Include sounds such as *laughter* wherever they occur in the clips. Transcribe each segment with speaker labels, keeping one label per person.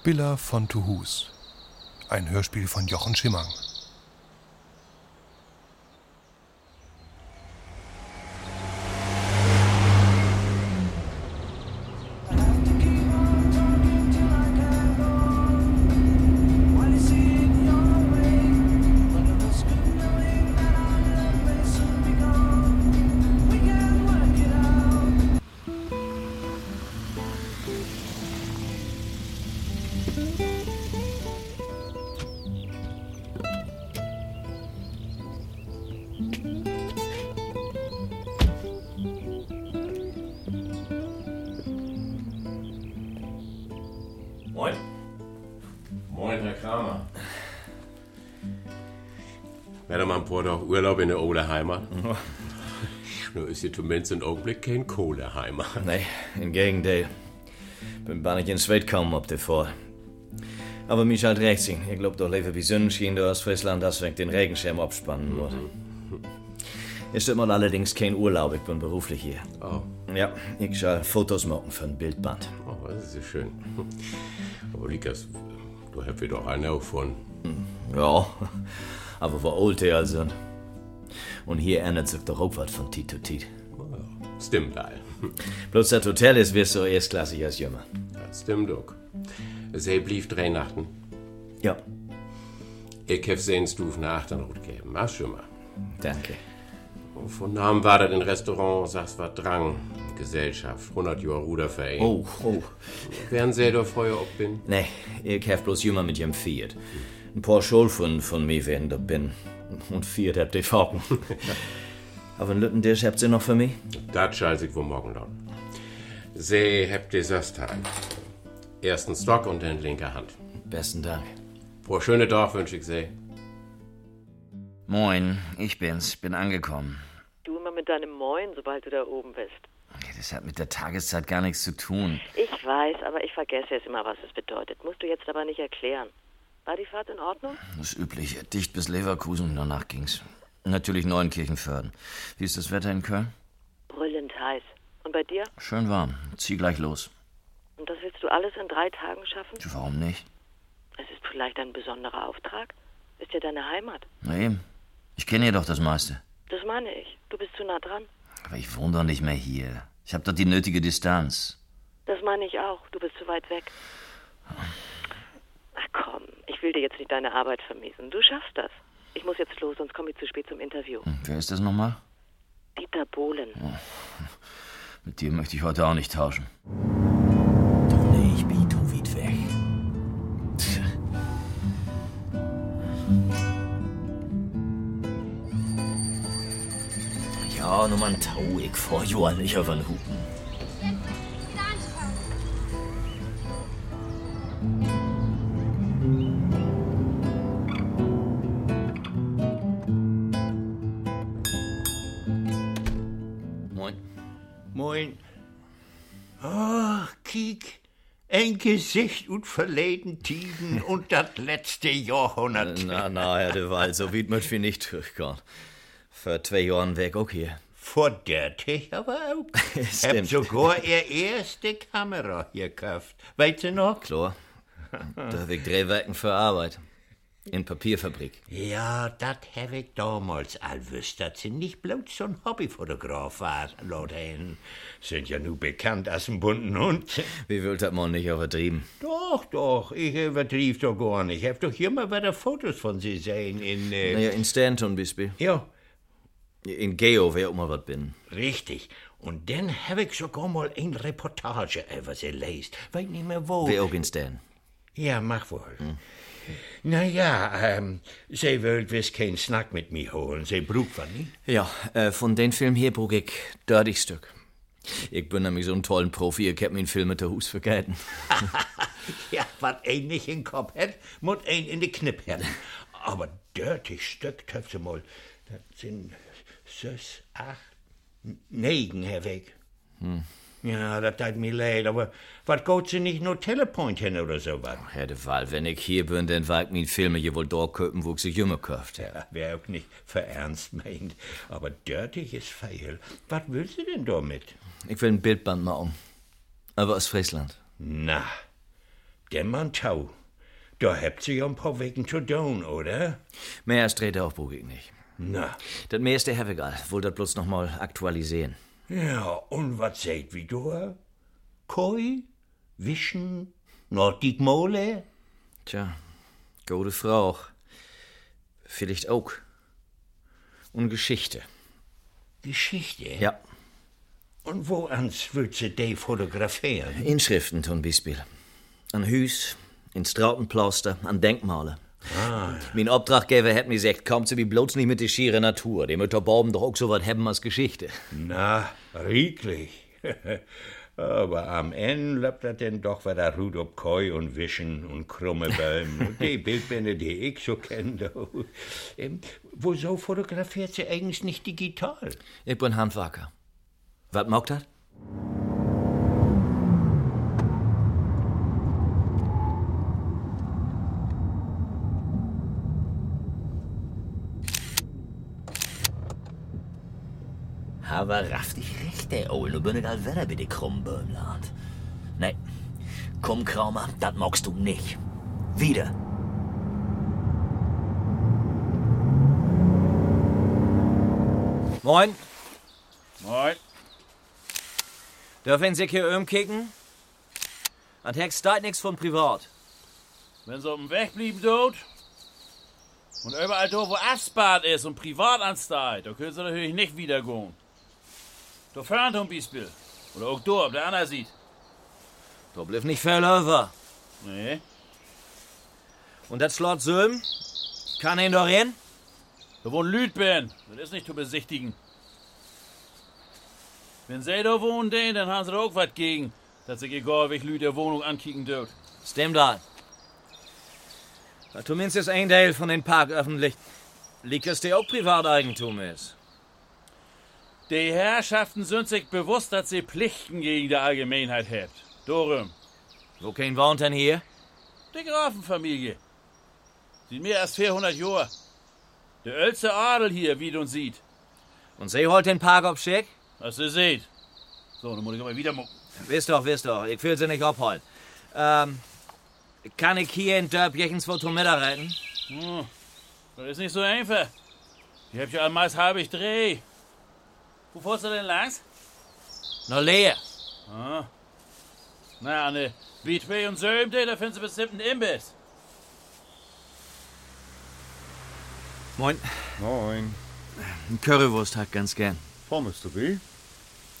Speaker 1: Spiller von Tuhus. Ein Hörspiel von Jochen Schimmang.
Speaker 2: Moin. Moin, Herr Kramer.
Speaker 3: Werdermann braucht auch Urlaub in der Oderheimat. Nur ist hier zumindest im Augenblick kein Kohleheimat.
Speaker 4: Nee, im Gegenteil. Bin gar nicht ins Welt gekommen ob davor. Aber mich halt recht sehen. Ihr glaubt doch lieber wie Sonnenschein der Ostfriesland, dass weg den Regenschirm abspannen muss. Ist immer allerdings kein Urlaub, ich bin beruflich hier.
Speaker 3: Oh,
Speaker 4: Ja, ich soll Fotos machen für ein Bildband.
Speaker 3: oh, das ist ja schön. Aber Likas, du hast wieder einer von.
Speaker 4: Hm, Ja, aber wo old die all sind. Und hier ändert sich doch auch was von Tit zu Tit.
Speaker 3: Oh, stimmt all.
Speaker 4: Bloß das Hotel ist wirst so erstklassig als jünger.
Speaker 3: Das stimmt auch. Sie blieb drei Nachten.
Speaker 4: Ja,
Speaker 3: Ich hab sehen Stufen nach dann rot geben. Mach schon mal.
Speaker 4: danke.
Speaker 3: Und Von Namen war das in Restaurant, sagst war Drang. Gesellschaft, 100 Jahre Ruderverein.
Speaker 4: Oh, oh.
Speaker 3: Wären sehr doch Feuer ob bin.
Speaker 4: Nee, ich hab bloß jemand mit jem Fiat. Ein paar Schul von, von mir werden da bin. Und Fiat habt
Speaker 5: *laughs*
Speaker 4: ihr Falken. Aber einen Lüttendisch habt ihr noch für mich?
Speaker 3: Das scheiße ich wohl morgen dann. Sie habt Desaster. Ersten Stock und in linker Hand.
Speaker 4: Besten Dank.
Speaker 3: Pro schöne Dorf wünsche ich sie.
Speaker 5: Moin, ich bin's, bin angekommen.
Speaker 6: Du immer mit deinem Moin, sobald du da oben bist.
Speaker 5: Das hat mit der Tageszeit gar nichts zu tun.
Speaker 6: Ich weiß, aber ich vergesse jetzt immer, was es bedeutet. Musst du jetzt aber nicht erklären. War die Fahrt in Ordnung?
Speaker 5: Das Übliche, dicht bis Leverkusen, danach ging's. Natürlich Neunkirchenförden. Wie ist das Wetter in Köln?
Speaker 6: Brüllend heiß. Und bei dir?
Speaker 5: Schön warm, zieh gleich los.
Speaker 6: Und das willst du alles in drei Tagen schaffen?
Speaker 5: Warum nicht?
Speaker 6: Es ist vielleicht ein besonderer Auftrag. Ist ja deine Heimat.
Speaker 5: Na eben, ich kenne ja doch das meiste.
Speaker 6: Das meine ich. Du bist zu nah dran.
Speaker 5: Aber ich wohne doch nicht mehr hier. Ich habe doch die nötige Distanz.
Speaker 6: Das meine ich auch. Du bist zu weit weg. Ach komm, ich will dir jetzt nicht deine Arbeit vermiesen. Du schaffst das. Ich muss jetzt los, sonst komme ich zu spät zum Interview.
Speaker 5: Hm, Wer ist das nochmal?
Speaker 6: Dieter Bohlen.
Speaker 5: Mit dir möchte ich heute auch nicht tauschen.
Speaker 4: Ich bin zu weit weg. Ja, nur mal ein Tau, ich fahr ja nicht auf einen Hupen.
Speaker 5: Moin.
Speaker 7: Moin. Ach, kiek, ein Gesicht und verleden Tiden und das letzte Jahrhundert.
Speaker 4: Na, na, Herr de Waal, so weit möcht wir nicht durchgehen. Für zwei Jahren weg, okay.
Speaker 7: Vor der Tech
Speaker 4: *laughs*
Speaker 7: aber auch. Hab
Speaker 4: Stimmt.
Speaker 7: sogar ihr erste Kamera hier gekauft. Weißt du noch?
Speaker 4: Klar. Da hab ich drei Werken für Arbeit. In Papierfabrik.
Speaker 7: Ja, das hab ich damals all wüsst, dass sie nicht bloß so ein Hobbyfotograf war, Lorraine. Sind ja nun bekannt als ein bunten Hund.
Speaker 4: Wie will das man nicht übertrieben?
Speaker 7: Doch, doch, ich übertrieb doch gar nicht. Ich hab doch immer wieder Fotos von sie sehen in... Äh,
Speaker 4: Naja, in Stanton, Bisbee.
Speaker 7: Ja,
Speaker 4: In Geo, wer auch mal was bin.
Speaker 7: Richtig. Und dann habe ich sogar mal eine Reportage eh, über sie lest. Weiß nicht mehr wo.
Speaker 4: Wer auch in Stan.
Speaker 7: Ja, mach wohl. Na ja, ähm, sie wollt wiss keinen Snack mit mir holen. Sie braucht was nicht.
Speaker 4: Ja, äh, von den Film hier brug ich Dirty Stück. Ich bin nämlich so ein tollen Profi, ich hab mir Film mit der Hus *laughs* vergessen.
Speaker 7: Ja, was ein nicht in den Kopf hat, muss ein in die Knipp haben. Aber dirty Stück töpft sie mal. Das sind sechs, acht, negen, Herr Weg.
Speaker 4: Hm.
Speaker 7: Ja, das tat mir leid, aber was geht sie nicht nur Telepoint hin oder sowas?
Speaker 4: Herr de Waal, wenn ich hier bin, dann war ich mir Filme hier wohl dort köpen, wo ich sie jünger kauft. Ja.
Speaker 7: Wer auch nicht für ernst meint. Aber dirtig ist feil. Was willst du denn damit?
Speaker 4: Ich will ein Bildband machen. Aber aus Friesland.
Speaker 7: Na, Dem man Tau. Da habt ihr ja ein paar Wegen zu tun, oder?
Speaker 4: Mehr als dreht auch Bugig nicht.
Speaker 7: Na,
Speaker 4: Das mehr ist der Herwegal. Wohl das bloß nochmal aktualisieren.
Speaker 7: ja, und was seht wie du? Koi? Wischen? Nordig Mole?
Speaker 4: Tja, gute Frau. Vielleicht auch. Und Geschichte.
Speaker 7: Geschichte?
Speaker 4: Ja.
Speaker 7: Und wo ans willst du die fotografieren?
Speaker 4: Inschriften tun Beispiel. An Hüs, ins Trautenplauster, an Denkmale.
Speaker 7: Ah.
Speaker 4: Mein Auftraggeber hätt mir gesagt, kommt sie wie bloß nicht mit der schieren Natur. Die Mütter Baum doch auch so was haben als Geschichte.
Speaker 7: Na, rieglich. *laughs* Aber am Ende bleibt das denn doch wieder Rud ob Koi und Wischen und krumme
Speaker 4: *laughs*
Speaker 7: Bäume. Und die Bildbände, die ich so kenne. du. Ähm, wieso fotografiert sie eigentlich nicht digital?
Speaker 4: Ich bin Handwerker. Was mag das?
Speaker 8: Aber raff dich recht, der Ohl, du bin all wieder bei dir Krummböhmland. Nee, komm, Kramer, das magst du nicht. Wieder.
Speaker 4: Moin,
Speaker 9: Moin.
Speaker 4: dürfen Sie hier umkicken? An Hex steigt nix von privat.
Speaker 9: Wenn sie auf dem Weg blieben dort und überall dort, wo Asbad ist und privat ansteigt, da können sie natürlich nicht wiedergehen. Da fahren zum Beispiel. Oder auch dort, ob der andere sieht.
Speaker 4: Da blieb nicht viel over.
Speaker 9: Nee.
Speaker 4: Und das Slot Sülm? Kann ihn doch hin?
Speaker 9: Da wohnt Lüdben. Das ist nicht zu besichtigen. Wenn sie da wohnen, den, dann haben sie da auch was gegen, dass sie egal, welche Lüd der Wohnung ankicken dürft.
Speaker 4: Stimmt da. Zumindest ein Teil von den Park öffentlich. Liegt es dir auch Privateigentum ist.
Speaker 9: Die Herrschaften sind sich bewusst, dass sie Pflichten gegen die Allgemeinheit hat. Dorum.
Speaker 4: Wo kein wohnt denn hier?
Speaker 9: Die Grafenfamilie. Sieht mehr als 400 Jahre. Der Ölzer Adel hier, wie du uns sieht.
Speaker 4: Und sie holt den Park ob schick?
Speaker 9: Was ihr seht. So, dann muss ich aber wieder mucken.
Speaker 4: Wisst doch, wisst doch. Ich will sie nicht abholen. Ähm, kann ich hier in Dörpjechens vor Tometta reiten?
Speaker 9: Hm. Das ist nicht so einfach. Ich hab ja einmal halb ich Dreh. Wo fährst du denn langs?
Speaker 4: Nur leer.
Speaker 9: Ah. Na, Anne, wie zwei und Sömte, da findest du bestimmt einen Imbiss.
Speaker 4: Moin.
Speaker 10: Moin.
Speaker 4: Ein Currywurst hat ganz gern.
Speaker 10: Pommes, du wie?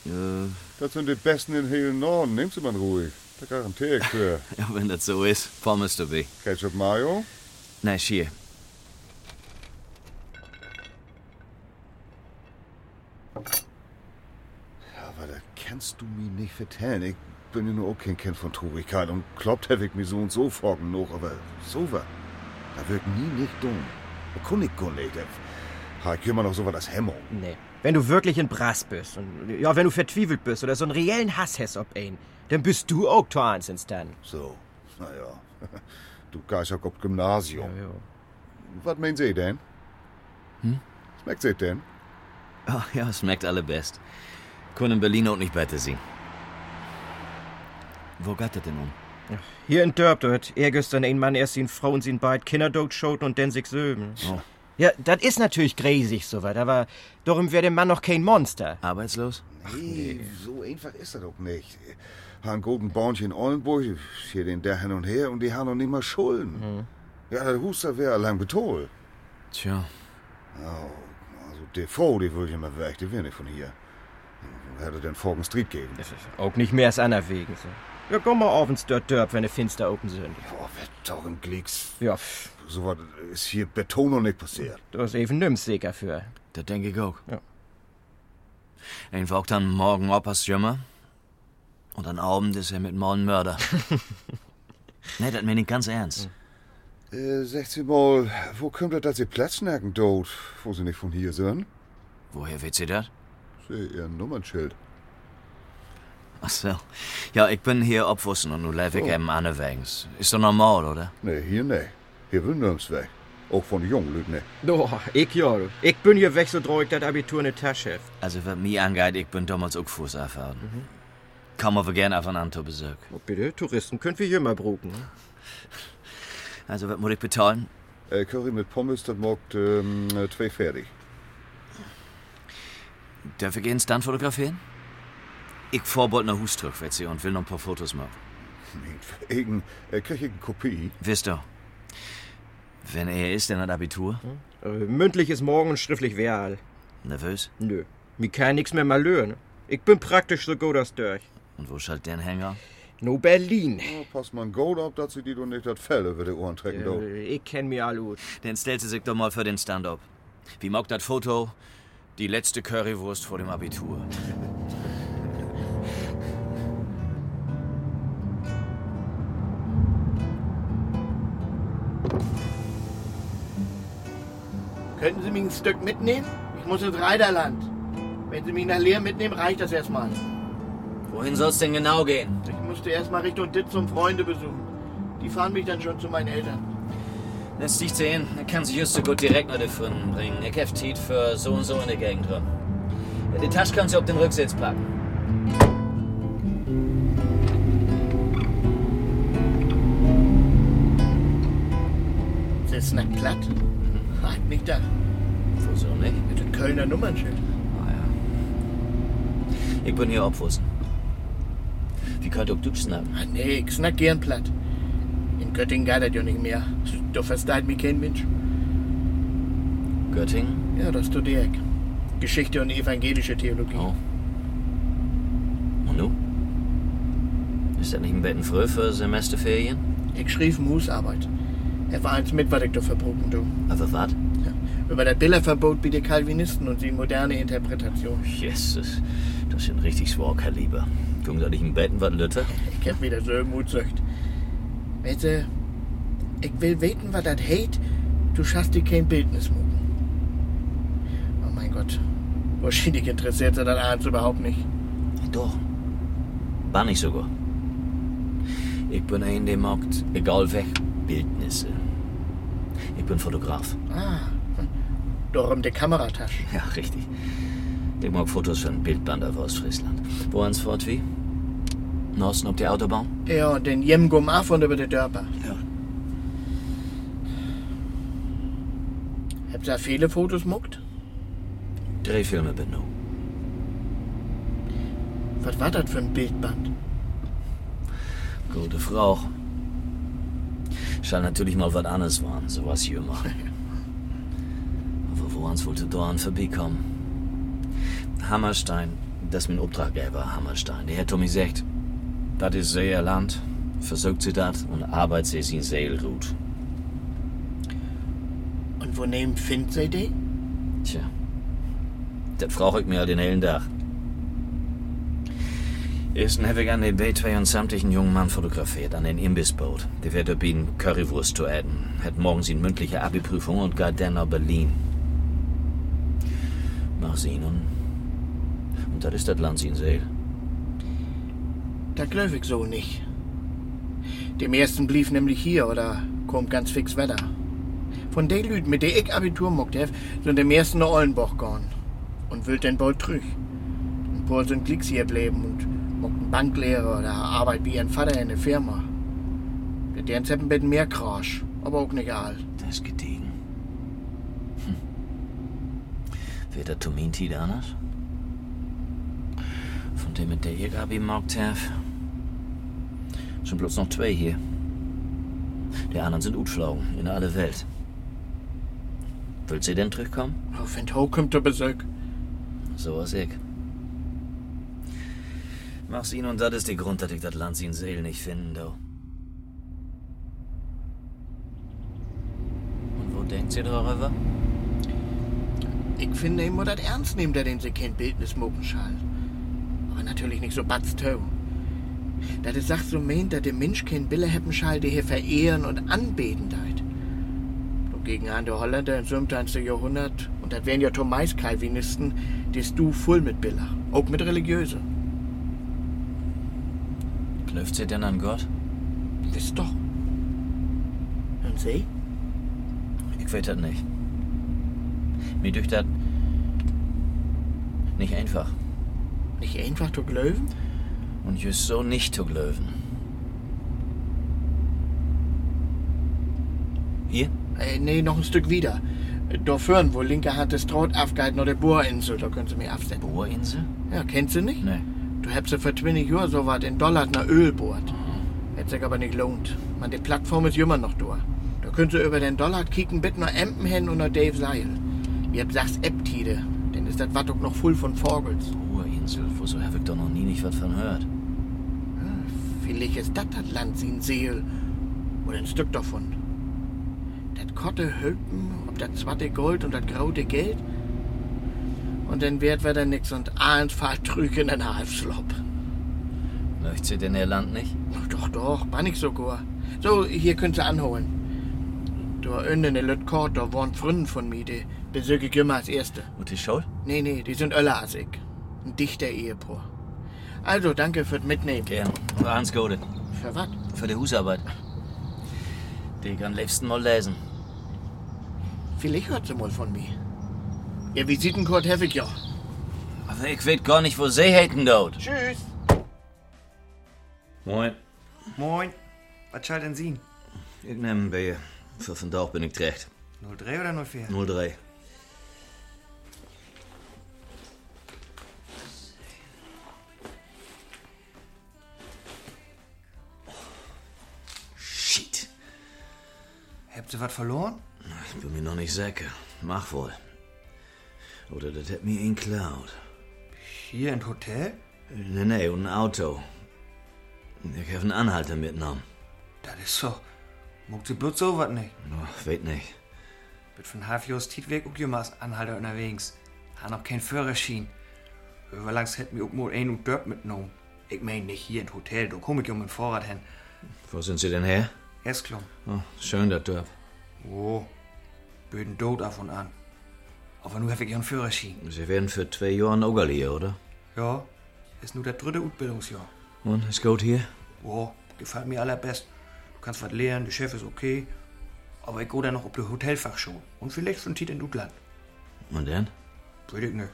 Speaker 4: Ja,
Speaker 10: Das sind die besten in hellen Norden. Nehmen Sie mal ruhig. Da garantiere ich für.
Speaker 4: *laughs* ja, wenn das so ist. Pommes du weh.
Speaker 10: Ketchup Mayo?
Speaker 4: Na, schier.
Speaker 10: Aber das kannst du mir nicht erzählen. Ich bin ja nur auch kein Kind von Turigkeit und glaubt, hab ich mir so und so folgen noch, aber so was. Da wird nie nicht dumm. Kundig, Kundig. Ha, ich immer noch so was als Hemmung.
Speaker 11: Nee. Wenn du wirklich in Brass bist und ja, wenn du vertwiefelt bist oder so einen reellen Hass hast ob ein, dann bist du auch Tor Hansens dann.
Speaker 10: So, naja. Du gehst ja auf Gymnasium. Was meinen Sie denn? Hm? Schmeckt Sie denn?
Speaker 4: Hm? Ach ja, es schmeckt alle best. Können in Berlin auch nicht besser sehen. Wo geht das denn um?
Speaker 11: Hier in Dörp dort, er gestern ein Mann erst ihn Frau und ihn beid Kinderdot schoten und dann sich söben.
Speaker 10: Oh.
Speaker 11: Ja, das ist natürlich gräsig soweit, aber darum wäre der Mann noch kein Monster.
Speaker 4: Arbeitslos?
Speaker 10: Nee, so einfach ist das doch nicht. Haben guten Bornchen in Ollenburg, hier den der hin und her und die haben noch nicht mal Schulden.
Speaker 11: Hm.
Speaker 10: Ja, der Huster wäre allein betol.
Speaker 4: Tja.
Speaker 10: Also der Frau, die würde ich immer weg, die wäre nicht von hier. Hätte den Folgen Street geben.
Speaker 11: Auch nicht mehr als ander wegen. So. Ja, komm mal auf ins Dörp Dörp, wenn du finster open sind.
Speaker 10: Boah, wird doch ein Glicks.
Speaker 11: Ja, pff,
Speaker 10: So was ist hier Beton noch nicht passiert.
Speaker 11: du hast eben nimmst sicher für.
Speaker 4: Das denke ich auch.
Speaker 11: Ja.
Speaker 4: Ein Wog dann morgen Opas Jümmer. Und am Abend ist er mit morgen *laughs* Mörder. nee, das meine ich ganz ernst.
Speaker 10: Äh, sagt sie mal, wo kommt das, dass sie Platz merken dort, wo sie nicht von hier sind?
Speaker 4: Woher wird sie das?
Speaker 10: Sehe ihr Nummernschild.
Speaker 4: Ach so. Ja, ich bin hier obwussen und du leib ich eben Anne wegens. Ist doch normal, oder?
Speaker 10: Oh. Nee, hier nicht. Hier will nirgends weg. Auch von den jungen Leuten nicht.
Speaker 11: Doch, ich ja. du. Ich bin hier weg, so treu ich das Abitur in der Tasche. hab.
Speaker 10: Mhm.
Speaker 4: Also, was mich angeht, ich bin damals auch Fuß erfahren. Kommen wir gerne aufeinander, Besök.
Speaker 10: Oh,
Speaker 11: Bitte, Ne, Touristen können wir hier mal bruken.
Speaker 4: Also, was muss ich bezahlen?
Speaker 10: Curry Äh, mit Pommes, das mag ähm, zwei fertig.
Speaker 4: Darf ich gehen dann fotografieren? Ich vorbald nach Hus zurück, Wetzi, und will noch ein paar Fotos machen.
Speaker 10: Wegen, äh, krieg ich eine Kopie?
Speaker 4: Wisst ihr, wenn er ist, dann hat Abitur.
Speaker 11: Äh, mündlich ist morgen und schriftlich real.
Speaker 4: Nervös?
Speaker 11: Nö. Mir kann nix mehr malören. Ich bin praktisch so gut als durch.
Speaker 4: Und wo schaltet der einen Hänger?
Speaker 11: No Berlin.
Speaker 10: halt Oh, pass mal ein Gold ab, dass sie die doch nicht das Fell über die Ohren trecken, doch.
Speaker 11: Äh, Ich kenn mir alle gut.
Speaker 4: Dann stellt sie sich doch mal für den Stand-up. Wie mag das Foto? Die letzte Currywurst vor dem Abitur.
Speaker 12: Könnten Sie mich ein Stück mitnehmen? Ich muss ins Reiderland. Wenn Sie mich nach Leer mitnehmen, reicht das erstmal.
Speaker 2: Wohin soll's denn genau gehen?
Speaker 12: Ich musste erstmal Richtung Ditz zum Freunde besuchen. Die fahren mich dann schon zu meinen Eltern.
Speaker 2: Lässt dich sehen, er kann sich just so gut direkt nach den Freunden bringen. Ich hef Tiet für so und so in der Gegend rum. Ja, die Tasche kannst du auf den Rücksitz packen.
Speaker 12: Sitzt nicht platt? Halt mich da.
Speaker 4: Wieso nicht?
Speaker 12: Mit dem Kölner Nummernschild.
Speaker 4: Ah, Ich bin hier Obwussen. Wie könnt ihr auch Deutsch schnappen?
Speaker 12: Nee, ich snack gern platt. In Göttingen geht das ja nicht mehr. Du versteht mich kein Mensch.
Speaker 4: Göttingen?
Speaker 12: Ja, das tut Dirk. Geschichte und evangelische Theologie.
Speaker 4: Oh. Und du? Ist das nicht ein Betten früh für eh, Semesterferien?
Speaker 12: Ich schrieb Musarbeit. Er war eins mit, was ich da verbrochen du.
Speaker 4: Aber was?
Speaker 12: Über das Bilderverbot bieten Calvinisten und sie moderne Interpretation.
Speaker 4: Jesus, das ist ein richtiges Warkaliber. Gucken da nicht im Betten was Lütte?
Speaker 12: Ich hab wieder so Mutsücht. Weißt du, ich will weten, was das heißt. Du schaffst dir kein Bildnis machen. Oh mein Gott. Wahrscheinlich interessiert sie das abends überhaupt nicht.
Speaker 4: Doch. War nicht sogar. Ich bin ein, der mag, egal weg, Bildnisse. Ich bin Fotograf.
Speaker 12: Ah. Darum die Kameratasche.
Speaker 4: Ja, richtig. Ich mag Fotos für ein Bildband auf Ostfriesland. Wo ans Fort wie? Norsten ob die Autobahn?
Speaker 12: Ja, und den Jemgum af und über die Dörper. Ja. Habt ihr viele Fotos muckt?
Speaker 4: Drehfilme, Benno.
Speaker 12: Was war das für ein Bildband?
Speaker 4: Gute Frau. Schall natürlich mal was anderes waren, sowas hier immer. Aber woran wollte Dorn vorbeikommen? Hammerstein, das ist mein Auftraggeber, Hammerstein. Der Herr Tommy sagt, das ist sehr Land, versorgt sie das und arbeitet sie in Seelrut.
Speaker 12: Und wo nehmen findet sie die?
Speaker 4: Tja, das brauche ich mir den hellen Tag. Ersten habe ich an den B72 einen jungen Mann fotografiert, an den Imbissboot. Der wird ob ihn Currywurst zu essen. Hat morgen sie mündliche Abi-Prüfung und geht dann nach Berlin. Mach sie ihn und. Und das ist das Land, sie in Seel.
Speaker 12: Da glaub ich so nicht. Dem ersten blieb nämlich hier oder kommt ganz fix Wetter. Von den Lüd, mit der ich Abitur mockt hef, sind dem ersten nach Ollenbach gorn und will den bald trüch. Ein paar sind Klicks hier bleiben und mockten Banklehrer oder Arbeit wie ihren Vater in der Firma. Der Derns haben bitten mehr Krasch, aber auch nicht all.
Speaker 4: Das gediegen. Hm. Wird das Tominti anders? Von dem mit der ihr Abi markt hab. Sind bloß noch zwei hier. Die anderen sind Utflauen in alle Welt. Will sie denn zurückkommen?
Speaker 12: Auf den Ho kommt der Besöck.
Speaker 4: So was ich. Mach's ihn und das ist der Grund, dass ich das Land in Seel nicht finden, do. Und wo denkt ihr darüber?
Speaker 12: Ich finde, ihm muss das ernst nehmen, der den sie kennt, Bildnis Mogenschall. Aber natürlich nicht so batztö. Da das sagt so meint, dass der Mensch kein Bille haben schall, die hier verehren und anbeten deit. Doch gegen an der Holländer im 17. Jahrhundert, und das wären ja Thomas Calvinisten, die ist du voll mit Bille, auch mit Religiöse.
Speaker 4: Läuft sie denn an Gott?
Speaker 12: Wisst doch. Und sie?
Speaker 4: Ich weiß das nicht. Mir dünkt das nicht einfach.
Speaker 12: Nicht einfach zu glauben?
Speaker 4: Und just so nicht zu glöwen. Hier?
Speaker 12: Äh, nee, noch ein Stück wieder. Da führen, wo linke hat das Traut aufgehalten oder Bohrinsel, da können sie mich aufsetzen.
Speaker 4: Bohrinsel?
Speaker 12: Ja, kennst du nicht?
Speaker 4: Nee.
Speaker 12: Du habt sie für 20 Jahre so was in Dollar nach Öl bohrt.
Speaker 4: Mhm.
Speaker 12: Hätt sich aber nicht lohnt. Man, die Plattform ist immer noch da. Da könnt ihr über den Dollar kicken, bitte nur Empen hin und nur Dave Seil. Ihr habt sagst Eptide, denn ist das Wattuk noch voll von Vogels.
Speaker 4: Bohrinsel, wo so habe ich doch noch nie nicht was von hört.
Speaker 12: Ah, Vielleicht ist das das Land sin Seel. Oder ein Stück davon. Das kotte Hülpen, ob das zwatte Gold und das graute Geld. Und dann wert wir dann nix und ahnt trüge in den Halfslop.
Speaker 4: Möcht sie denn ihr Land nicht?
Speaker 12: Doch, doch, war nicht so gut. So, hier könnt ihr anholen. Da unten in der Lütkort, da waren Freunde von mir, die besöge ich immer als Erste.
Speaker 4: Und die Schuld?
Speaker 12: Nee, nee, die sind öller als ich. Ein dichter Ehepaar. Also, danke fürs Mitnehmen.
Speaker 4: Gern. Für Hans Gode.
Speaker 12: Für was?
Speaker 4: Für die Husarbeit. Die kann liebsten mal lesen.
Speaker 12: Vielleicht hört sie mal von mir. Ihr Visitenkort habe ich ja.
Speaker 4: Aber ich weet gar nicht, wo sie hätten dort.
Speaker 12: Tschüss.
Speaker 4: Moin.
Speaker 11: Moin. Was schalten Sie?
Speaker 4: Ich nehm Bier. Für von Dauch bin ich trägt.
Speaker 11: 03 oder 04?
Speaker 4: 03. Shit.
Speaker 11: Habt ihr was verloren?
Speaker 4: Ich bin mir noch nicht sicher. Mach wohl. Oder das hätt mir ihn klaut.
Speaker 11: Hier in Hotel?
Speaker 4: Nee, nee, und ein Auto. Ich hab einen Anhalter mitgenommen.
Speaker 11: Das ist so. Muckt sie bloß so was nicht.
Speaker 4: Ach, weet nicht.
Speaker 13: Bin von Hafjos Tietweg auch gemacht, Anhalter unterwegs. Hat noch kein Führerschein. Überlangs hätten wir auch nur ein und Dirt mitgenommen. Ich mein nicht hier ins Hotel, da komm ich um den Vorrat hin.
Speaker 4: Wo sind Sie denn her?
Speaker 13: Esklum.
Speaker 4: Oh, schön, der Dörp.
Speaker 13: Oh, böden tot auf und an. Aber nur habe ich ihren Führerschein.
Speaker 4: Sie werden für zwei Jahre in Ogerli, oder?
Speaker 13: Ja, ist nur der dritte Utbildungsjahr.
Speaker 4: Und ist gut hier?
Speaker 13: Oh, gefällt mir allerbest. Du kannst was lernen, der Chef ist okay. Aber ich gehe dann noch auf die Hotelfachschule. Und vielleicht schon Tiet in Utland.
Speaker 4: Und dann?
Speaker 13: Weiß ich nicht.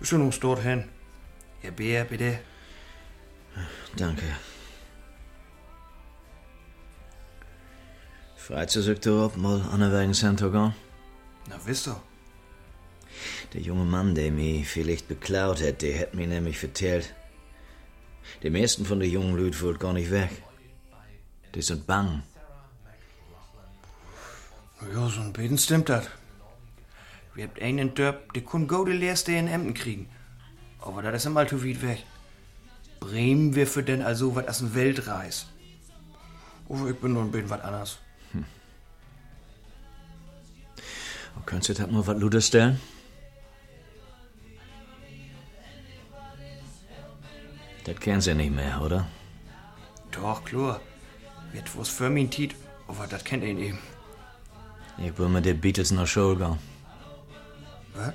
Speaker 13: Ist ja noch dorthin. Ja, Bär, bitte.
Speaker 4: Danke. Freizeit sagt er ob, mal an wegen Santogon.
Speaker 13: Na, wisst ihr.
Speaker 4: Der junge Mann, der mich vielleicht beklaut hätte, der hätte mir nämlich vertellt. Die meisten von den jungen Leuten wollt gar nicht weg. Die sind bang.
Speaker 13: Na Ja, so ein Beten stimmt das. Wir habt einen in Dörp, der kann gute Lehrste in Emden kriegen. Aber das ist einmal zu weit weg. Bremen wir für denn also was aus dem Weltreis. Oh, ich bin nur ein bisschen was anders.
Speaker 4: Und könntest du das mal was Luder stellen? Das kennen sie nicht mehr, oder?
Speaker 13: Doch, klar. Wird was für mich tiet, aber das kennt ihn eben.
Speaker 4: Ich bin mit den Beatles nach Schule gegangen.
Speaker 13: Was?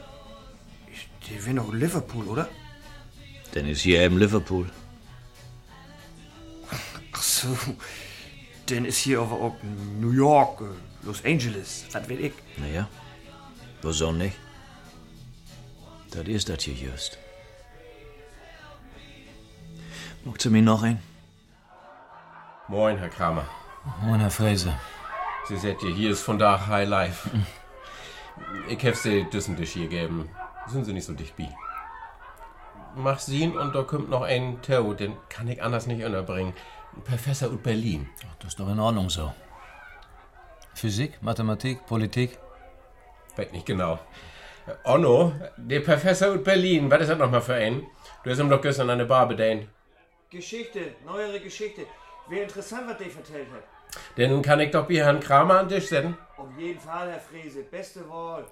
Speaker 13: Die wäre noch Liverpool, oder?
Speaker 4: Dann ist hier eben Liverpool.
Speaker 13: Ach so. Denn ist hier aber auch New York, äh, Los Angeles, das will ich.
Speaker 4: Naja, wieso nicht? Das ist das hier just. Mögt ihr mir noch ein?
Speaker 3: Moin, Herr Kramer.
Speaker 4: Moin, Herr *laughs* Fräse.
Speaker 3: Sie seht ihr, hier ist von da High Life. Ich hab sie Düssentisch hier geben. Sind sie nicht so dicht bi. Mach sie'n und da kommt noch ein Theo, den kann ich anders nicht unterbringen. Professor ut Berlin.
Speaker 4: Das ist doch in Ordnung so. Physik, Mathematik, Politik?
Speaker 3: Weg nicht genau. Onno, der Professor ut Berlin, was ist das nochmal für ein? Du hast ihm doch gestern an der Bar bedient.
Speaker 13: Geschichte, neuere Geschichte. Wäre interessant, was der vertellt hat.
Speaker 3: Den kann ich doch bei Herrn Kramer an den Tisch setzen.
Speaker 13: Auf jeden Fall, Herr Frese. Beste Wahl.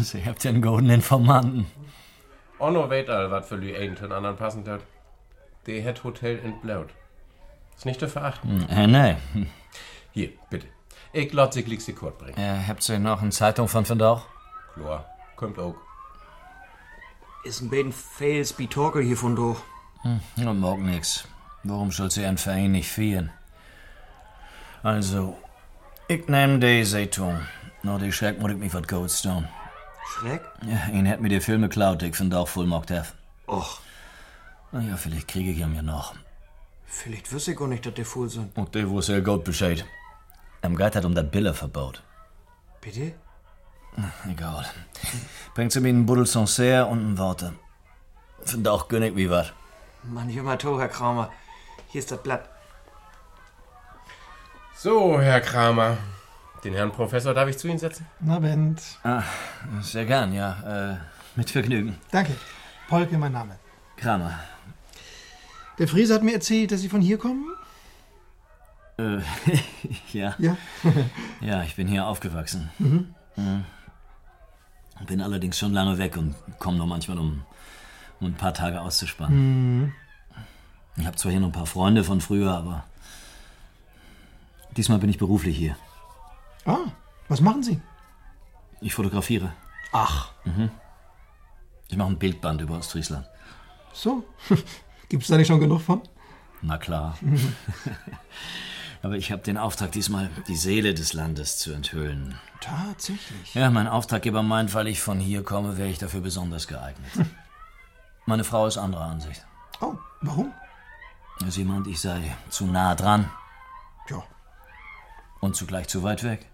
Speaker 4: Sie habt ja einen goldenen Informanten.
Speaker 3: Onno weht all, was für die einen zu den anderen passend hat. Der hat Hotel in Blaut. Ist nicht zu verachten.
Speaker 4: Äh, nein.
Speaker 3: Hier, bitte. Ich lotze, ich lieg sie kurz bringen.
Speaker 4: Äh, habt ihr noch eine Zeitung von Verdauch?
Speaker 3: Klar, kommt auch.
Speaker 13: *laughs* Ist ein bisschen fails Bitorke hier von durch.
Speaker 4: Hm, und morgen nix. Warum soll sie einen Verein nicht fehlen? Also, ich nehm die Zeitung. Nur die Schreck muss ich mich was Goldstone.
Speaker 13: Schreck?
Speaker 4: Ja, ihn hätt mir die Filme klaut, die ich von Dauch voll mockt hab.
Speaker 13: Och.
Speaker 4: Naja, vielleicht kriege ich ihn ja noch.
Speaker 13: Vielleicht wüsste ich gar nicht, dass die voll sind.
Speaker 4: Und der wusste ja gut Bescheid. Am Geit hat um das Biller verbaut.
Speaker 13: Bitte?
Speaker 4: Hm, Egal. Bringt sie mir einen Buddel Sancerre und einen Warte. Find auch König wie was.
Speaker 13: Mann, junger Tor, Herr Kramer. Hier ist das Blatt.
Speaker 3: So, Herr Kramer. Den Herrn Professor darf ich zu Ihnen setzen?
Speaker 14: Na, Bent.
Speaker 4: Ah, sehr gern, ja. Äh, mit Vergnügen.
Speaker 14: Danke. Polke, mein Name.
Speaker 4: Kramer.
Speaker 14: Der Friese hat mir erzählt, dass Sie von hier kommen.
Speaker 4: Äh, *laughs* ja.
Speaker 14: Ja.
Speaker 4: *laughs* ja, ich bin hier aufgewachsen.
Speaker 14: Mhm.
Speaker 4: Mhm. Bin allerdings schon lange weg und komme nur manchmal, um, um ein paar Tage auszuspannen.
Speaker 14: Hm.
Speaker 4: Ich habe zwar hier noch ein paar Freunde von früher, aber diesmal bin ich beruflich hier.
Speaker 14: Ah, was machen Sie?
Speaker 4: Ich fotografiere.
Speaker 14: Ach.
Speaker 4: Mhm. Ich mache ein Bildband über Ostfriesland.
Speaker 14: So. *laughs* Gibt's da nicht schon genug von? *laughs*
Speaker 4: Na klar.
Speaker 14: Mhm.
Speaker 4: aber ich habe den Auftrag diesmal, die Seele des Landes zu enthüllen.
Speaker 14: Tatsächlich.
Speaker 4: Ja, mein Auftraggeber meint, weil ich von hier komme, wäre ich dafür besonders geeignet. Meine Frau ist anderer Ansicht.
Speaker 14: Hm. Oh, warum?
Speaker 4: Sie meint, ich sei zu nah dran.
Speaker 14: Tja.
Speaker 4: Und zugleich zu weit weg.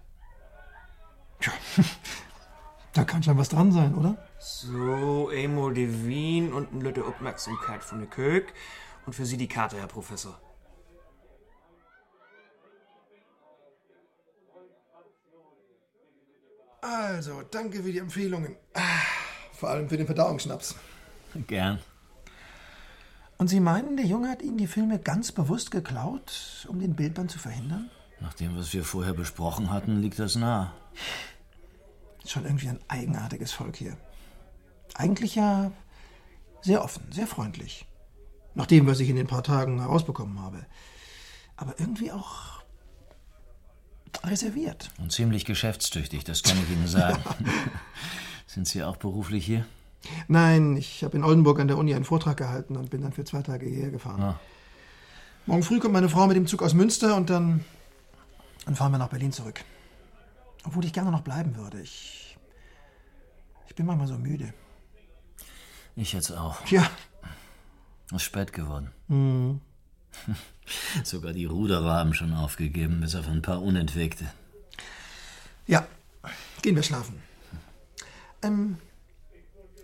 Speaker 14: Da kann schon was dran sein, oder?
Speaker 13: So, einmal die Wien und ein Lütte Aufmerksamkeit von der Kök. Und für Sie die Karte, Herr Professor.
Speaker 14: Also, danke für die Empfehlungen. Ah, Vor allem für den Verdauungsschnaps.
Speaker 4: Gern.
Speaker 14: Und Sie meinen, der Junge hat Ihnen die Filme ganz bewusst geklaut, um den Bildband zu verhindern?
Speaker 4: Nach dem, was wir vorher besprochen hatten, liegt das nah.
Speaker 14: Ist schon irgendwie ein eigenartiges Volk hier. Eigentlich ja sehr offen, sehr freundlich. Nach dem, was ich in den paar Tagen herausbekommen habe. Aber irgendwie auch reserviert.
Speaker 4: Und ziemlich geschäftstüchtig, das kann ich Ihnen
Speaker 14: *laughs*
Speaker 4: sagen. Sind Sie auch beruflich hier?
Speaker 14: Nein, ich habe in Oldenburg an der Uni einen Vortrag gehalten und bin dann für zwei Tage hierher gefahren.
Speaker 4: Ah.
Speaker 14: Morgen früh kommt meine Frau mit dem Zug aus Münster und dann, dann fahren wir nach Berlin zurück. Obwohl ich gerne noch bleiben würde. Ich, ich bin manchmal so müde.
Speaker 4: Ich jetzt auch.
Speaker 14: Tja.
Speaker 4: Ist spät geworden.
Speaker 14: Hm.
Speaker 4: *laughs* Sogar die Ruderer haben schon aufgegeben, bis auf ein paar Unentwegte.
Speaker 14: Ja, gehen wir schlafen. Ähm,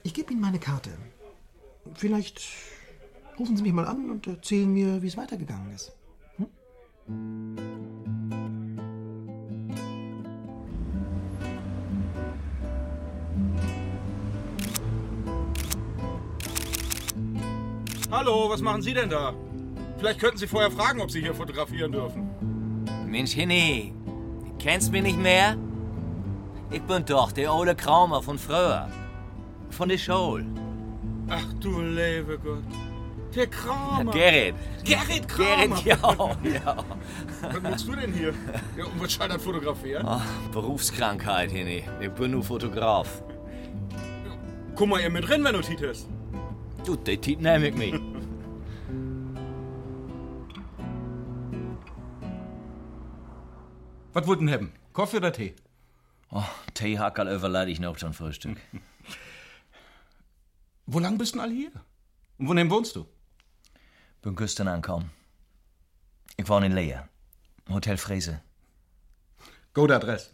Speaker 14: ich gebe Ihnen meine Karte. Vielleicht rufen Sie mich mal an und erzählen mir, wie es weitergegangen ist.
Speaker 15: Hallo, was machen Sie denn da? Vielleicht könnten Sie vorher fragen, ob Sie hier fotografieren dürfen.
Speaker 2: Mensch, Henny, kennst mich nicht mehr? Ich bin doch der Ole Kramer von früher. Von der Schule.
Speaker 15: Ach du lebe Gott. Der Kramer.
Speaker 2: Gerrit.
Speaker 15: Gerrit Kramer.
Speaker 2: Gerrit, ja, ja.
Speaker 15: Was machst du denn hier? Ja, und was scheint an fotografieren?
Speaker 2: Ah, Berufskrankheit, Henny. Ich bin nur Fotograf.
Speaker 15: Guck mal, ihr mit drin, wenn du titest.
Speaker 2: Du, den Titel nehme ich mit.
Speaker 16: *laughs* Was wollten haben? Kaffee oder Tee?
Speaker 4: Oh, Teehackerl überleide ich noch
Speaker 16: *laughs*
Speaker 4: schon Frühstück.
Speaker 16: Wo lang bist denn alle hier? Und wohin wohnst du?
Speaker 4: Bin gestern angekommen. Ich wohne in Leer. Hotel Frese.
Speaker 16: Gute
Speaker 4: *laughs*
Speaker 16: Adresse.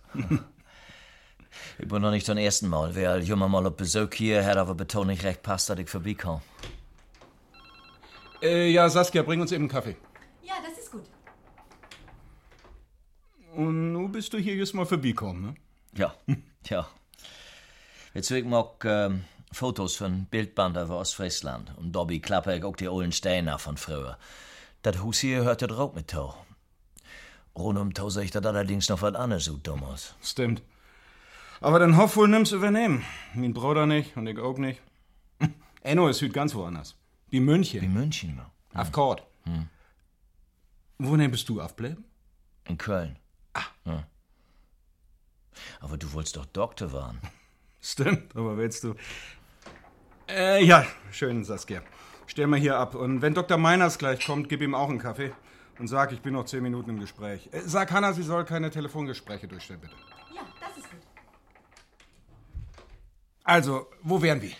Speaker 4: ich bin noch nicht zum ersten Mal. Wer immer mal auf Besuch hier, hat aber betont nicht recht passt, dass ich vorbeikomme.
Speaker 16: Äh, ja, Saskia, bring uns eben einen Kaffee.
Speaker 17: Ja, das ist gut.
Speaker 16: Und nun bist du hier jetzt mal vorbeikommen, ne?
Speaker 4: Ja, *laughs* ja. Jetzt will ich mag ähm, Fotos von Bildband über Ostfriesland. Und Dobby klappe ich auch die ollen Steine von früher. Das Hus hier hört der Druck mit Tau. Rundum Tau sehe ich das allerdings noch was anderes, so dumm aus.
Speaker 16: Stimmt. Aber dann hoff wohl nimm's übernehmen. Mein Bruder nicht und ich auch nicht. *laughs* Enno ist heute ganz woanders. Wie München. Wie
Speaker 4: München, ja.
Speaker 16: Auf Kord.
Speaker 4: Hm.
Speaker 16: Wohin bist du aufbleiben?
Speaker 4: In Köln. Ah. Ja. Aber du wolltest doch Doktor waren.
Speaker 16: *laughs* Stimmt, aber willst du. Äh, ja, schön, Saskia. Stell mal hier ab. Und wenn Dr. Meiners gleich kommt, gib ihm auch einen Kaffee. Und sag, ich bin noch zehn Minuten im Gespräch. Äh, sag Hanna, sie soll keine Telefongespräche durchstellen, bitte.
Speaker 17: Ja, das ist gut.
Speaker 16: Also, wo wären wir?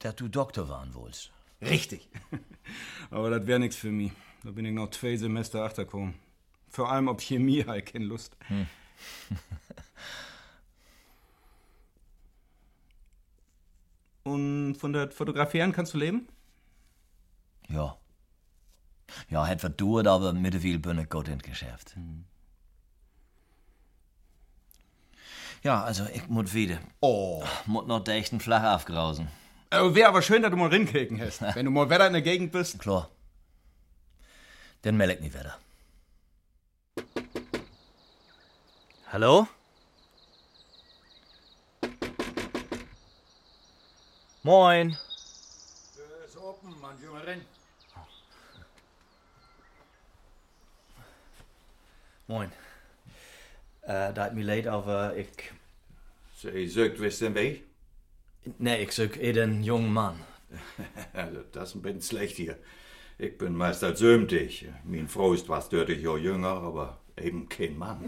Speaker 4: Dass du Doktor waren wolltest.
Speaker 16: Richtig. *laughs* Aber das wäre nichts für mich. Da bin ich noch zwei Semester achterkommen. Vor allem ob Chemie, *laughs* habe ich keine Lust.
Speaker 11: Hm.
Speaker 16: *laughs* Und von der Fotografieren kannst du leben?
Speaker 11: Ja. Ja, hat verdurrt, aber mittlerweile bin ich gut ins Geschäft. Ja, also ich muss wieder. Oh. Muss noch der echten Flach aufgrausen.
Speaker 16: Äh, Wäre aber schön, dass du mal
Speaker 11: *laughs*
Speaker 16: rinkriegen hast. Wenn du mal Wetter in der Gegend bist.
Speaker 11: Klar. Dann melde ich mich wieder. Hallo? Moin.
Speaker 18: ist offen, Mann, Jüngerin.
Speaker 4: Moin. Äh, da hat mir leid, aber ich.
Speaker 19: So, ihr sucht wissen wie?
Speaker 4: Nee, ich suche eh den jungen Mann.
Speaker 19: *laughs* Also, das ist ein bisschen schlecht hier. Ich bin meist als sömtig. Mein Frau ist was deutlich Jahr jünger, aber eben kein
Speaker 4: *laughs*
Speaker 19: Mann.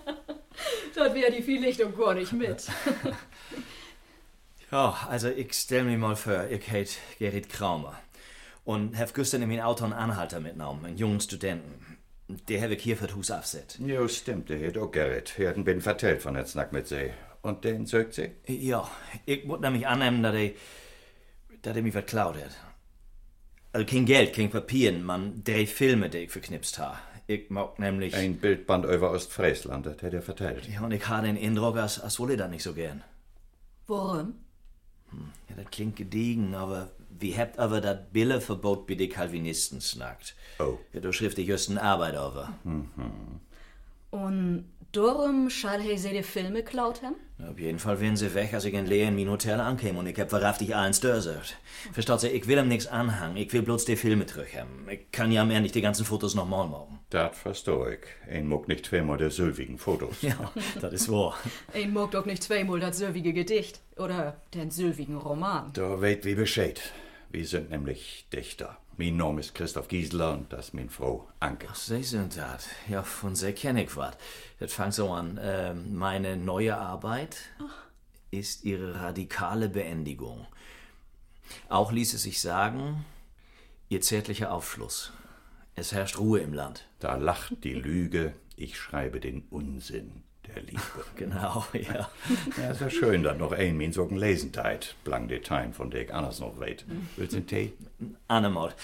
Speaker 20: *laughs* Dort wäre die Viellichtung gar nicht mit.
Speaker 4: Ja, also ich stell mir mal vor, ich heit Gerrit Kramer. Und hab gestern in mein Auto einen Anhalter mitgenommen, einen jungen Studenten. Der hab ich hier für das Haus aufset.
Speaker 19: Jo, stimmt, der hat auch Gerrit. Er hat ihn bin vertellt von der Snack mit See. Und den sucht sie?
Speaker 4: Ja, ich muss nämlich annehmen, dass er, dass er mich verklaut hat. Also kein Geld, kein Papier, man, drei Filme, die ich verknipst habe. Ich mag nämlich...
Speaker 19: Ein Bildband über Ostfriesland, das hat er verteilt.
Speaker 4: Ja, und ich habe den Eindruck, als, als wolle ich das nicht so gern.
Speaker 20: *laughs* Worum?
Speaker 4: Ja, das klingt gediegen, aber wie habt aber das Billeverbot bei den Calvinisten snackt?
Speaker 19: Oh.
Speaker 4: Ja, du schrift die jüsten Arbeit over.
Speaker 19: Mhm.
Speaker 20: Und darum schall he se de Filme klaut hem?
Speaker 4: Auf jeden Fall wären sie weg, als ich in Leer in mein Hotel ankam und ich hab wahrhaftig allen dörsert. Verstaut sie, ich will ihm nichts anhangen, ich will bloß die Filme zurückhaben. Ich kann ja am Ende nicht die ganzen Fotos nochmal machen.
Speaker 19: Das verstehe ich. Ein muck nicht zweimal der sylvigen Fotos.
Speaker 4: Ja, das ist wahr.
Speaker 20: Ein mag doch nicht zweimal das sylvige Gedicht oder den sylvigen Roman.
Speaker 19: Da weht wie Bescheid. Wir sind nämlich Dichter. Mein Name ist Christoph Giesler und das ist meine Frau Anke.
Speaker 4: Ach, sie sind das. Ja, von sehr kenne ich was. Das fang so an. Ähm, meine neue Arbeit ist ihre radikale Beendigung. Auch ließ es sich sagen, ihr zärtlicher Aufschluss. Es herrscht Ruhe im Land.
Speaker 19: Da lacht die Lüge, ich schreibe den Unsinn der Liebe.
Speaker 4: *laughs* Genau, ja.
Speaker 19: Ja, ist ja schön, dass noch ein mein Socken lesen teilt. Blank Detail von Dirk Anders noch weht. Willst du einen Tee?
Speaker 4: Annemal,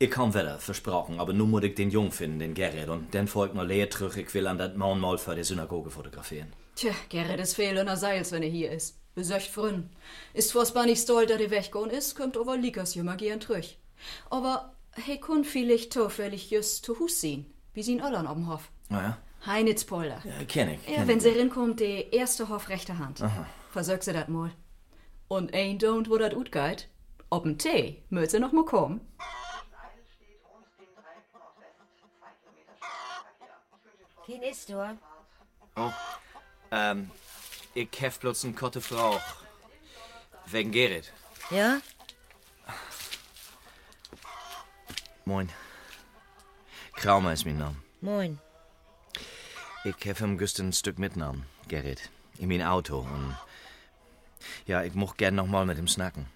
Speaker 4: ich komm wieder, versprochen, aber nun muss ich den Jung finden, den Gerrit, und den folgt noch leer zurück, ich will an das Maunmaul vor der Synagoge fotografieren.
Speaker 20: Tja, Gerrit ist fehl in der Seils, wenn er hier ist. Besöcht frünn. Ist vorsbar nicht stolz, dass er weggegangen ist, kommt aber Likas jümmer gern trüch. Aber he kun vielleicht zufällig just zu Hus sehen, wie sie ihn allen am Hof.
Speaker 4: Naja,
Speaker 20: Heinitz Polder.
Speaker 4: äh, kenn ich.
Speaker 20: Ja,
Speaker 4: kenn
Speaker 20: wenn
Speaker 4: ich.
Speaker 20: sie rinkommt, de erste Hof rechte Hand.
Speaker 4: Aha.
Speaker 20: Versöck sie dat mal. Und ein don't, wo dat ut geit. Ob'n Tee, möt sie noch mal kommen.
Speaker 21: Wen ist du?
Speaker 4: Oh. Ähm, ich hef bloß eine kotte Frau. Wegen Gerrit.
Speaker 21: Ja?
Speaker 4: Moin. Kraumer ist mein Name.
Speaker 21: Moin.
Speaker 4: Ich hef ihm gestern ein Stück mitgenommen, Gerrit. In mein Auto. Und ja, ich moch gern nochmal mit ihm snacken.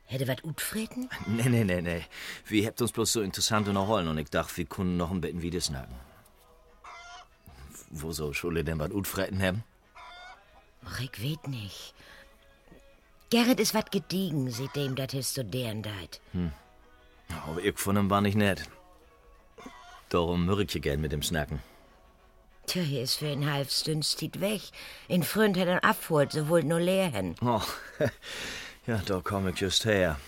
Speaker 4: *laughs*
Speaker 21: Hätte wat utfreten?
Speaker 4: Nee, nee, nee, nee. Wir habt uns bloß so interessant unterhalten und ich dacht, wir können noch ein bisschen wieder snacken. Wo soll Schule denn was utfretten haben?
Speaker 21: Och, ich weet nicht. Gerrit ist wat gediegen, seitdem dat his so deren deit.
Speaker 4: Hm. Aber ich von ihm war nicht nett. Darum mürre ich hier gern mit dem Snacken.
Speaker 21: Tja, hier ist für ein halb Stünstit weg. In Fründ hat er abholt, so wollt nur leer hen.
Speaker 4: Oh, *laughs* ja, da komme ich just her.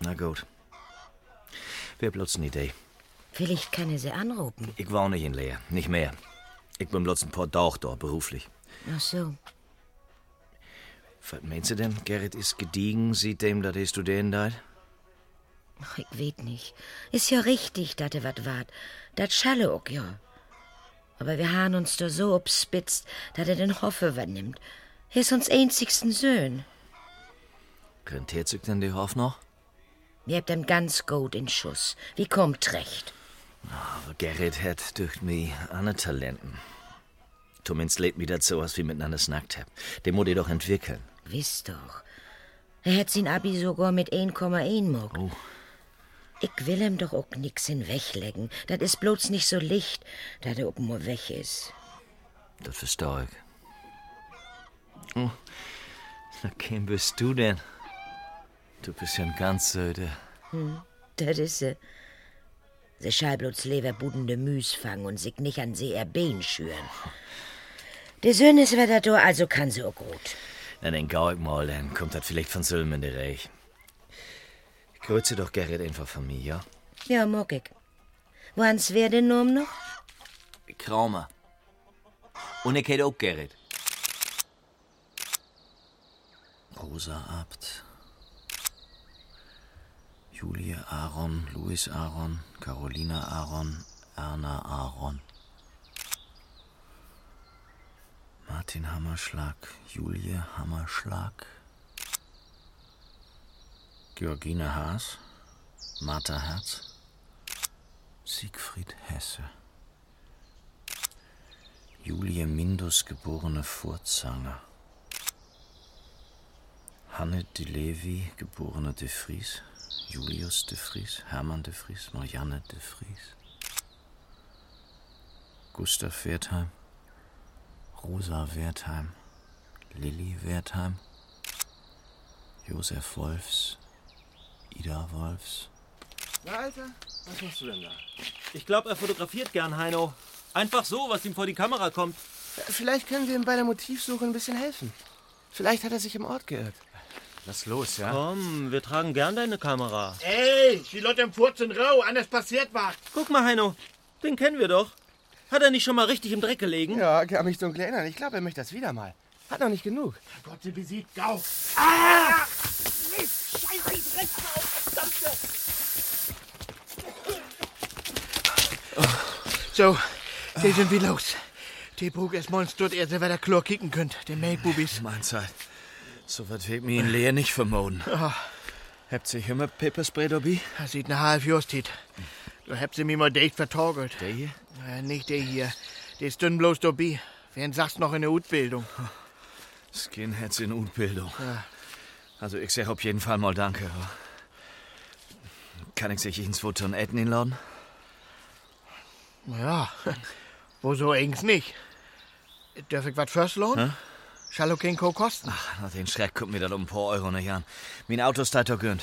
Speaker 4: Na gut. Wir bloß eine Idee.
Speaker 21: Vielleicht kann er sie anrufen.
Speaker 4: Ich war nicht in Leer, nicht mehr. Ich bin bloß ein paar Tag da, beruflich.
Speaker 21: Ach so.
Speaker 4: Was meinst du denn? Gerrit ist gediegen, sieht dem, dass er studieren deit?
Speaker 21: Ach, ich weet nicht. Ist ja richtig, dat er wat wart. Dat schalle auch, ja. Aber wir haben uns da so obspitzt, dat er den Hoffe wat nimmt. Er ist uns einzigsten Söhn.
Speaker 4: Rentiert sich denn die Hoff noch?
Speaker 21: Wir habt ihn ganz gut in Schuss. Wie kommt recht?
Speaker 4: Aber Gerrit hat durch mich andere Talenten. Zumindest lebt mir dazu, was wir miteinander snackt haben. Den muss ich doch entwickeln.
Speaker 21: Wisst doch. Er hätt sin Abi sogar mit 1,1 mogt. Ich will ihm doch auch nix hinweglegen. Das ist bloß nicht so licht, da der oben mal weg ist.
Speaker 4: Das versteh ich. Oh, na, wen bist du denn? Du bist ja ein ganz Söder.
Speaker 21: Hm, das ist se. Se schall bloß leverbudende Müs fangen und sich nicht an sie Erbeen schüren. Der Söhn ist wieder da, also kann sie auch gut.
Speaker 4: Na, den gau ich mal, dann kommt das vielleicht von Sülm in die Reich. Grüße doch Gerrit einfach von mir, ja?
Speaker 21: Ja, mag ich. Wanns wär denn nun noch?
Speaker 4: Kramer. Und ich hätte auch Gerrit. Rosa Abt. Julia Aaron, Louis Aaron, Carolina Aaron, Erna Aaron. Martin Hammerschlag, Julie Hammerschlag. Georgina Haas, Martha Herz, Siegfried Hesse. Julie Mindus, geborene Furzanger. Hanne de Levi, geborene de Vries, Julius de Vries, Hermann de Vries, Marianne de Vries. Gustav Wertheim, Rosa Wertheim, Lilly Wertheim, Josef Wolfs, Ida Wolfs.
Speaker 22: Na, Alter, was machst du denn da? Ich glaube, er fotografiert gern, Heino. Einfach so, was ihm vor die Kamera kommt.
Speaker 23: Vielleicht können wir ihm bei der Motivsuche ein bisschen helfen. Vielleicht hat er sich im Ort geirrt.
Speaker 22: Lass los, ja? Komm, wir tragen gern deine Kamera.
Speaker 12: Ey, die Leute im Furz sind rau, anders passiert was.
Speaker 22: Guck mal, Heino, den kennen wir doch. Hat er nicht schon mal richtig im Dreck gelegen?
Speaker 23: Ja, kann mich dunkel erinnern. Ich glaube, er möchte das wieder mal. Hat noch nicht genug.
Speaker 12: Gott, sie besiegt Gau. Ah! Mist, Scheiße, ich dreck auf, verdammte. So, die sind wir los. Die Brug ist monstert, ihr sie wieder klar kicken könnt, den Meldbubis.
Speaker 4: Mein Zeit. So was wird mir in Leer nicht vermoden. Habt ihr immer Pepperspray dabei?
Speaker 12: Das Ah. sieht nach halb Justit. Du habt sie mir mal dicht vertorgelt. Der hier? Ja, nicht der hier. Der ist dünn bloß dabei. Wen sagst noch in der Utbildung?
Speaker 4: Skinheads in Unbildung.
Speaker 12: Ja.
Speaker 4: Also ich sag auf jeden Fall mal Danke. wa? Kann ich sich ins Futter und Etten hinladen?
Speaker 12: Ja, wo so eng's nicht. Darf ich was first
Speaker 4: Hä?
Speaker 12: lohn? Schall auch kein Co kosten.
Speaker 4: Na, den Schreck kommt mir dann um ein paar Euro nicht an. Mein Auto ist halt doch gönnt.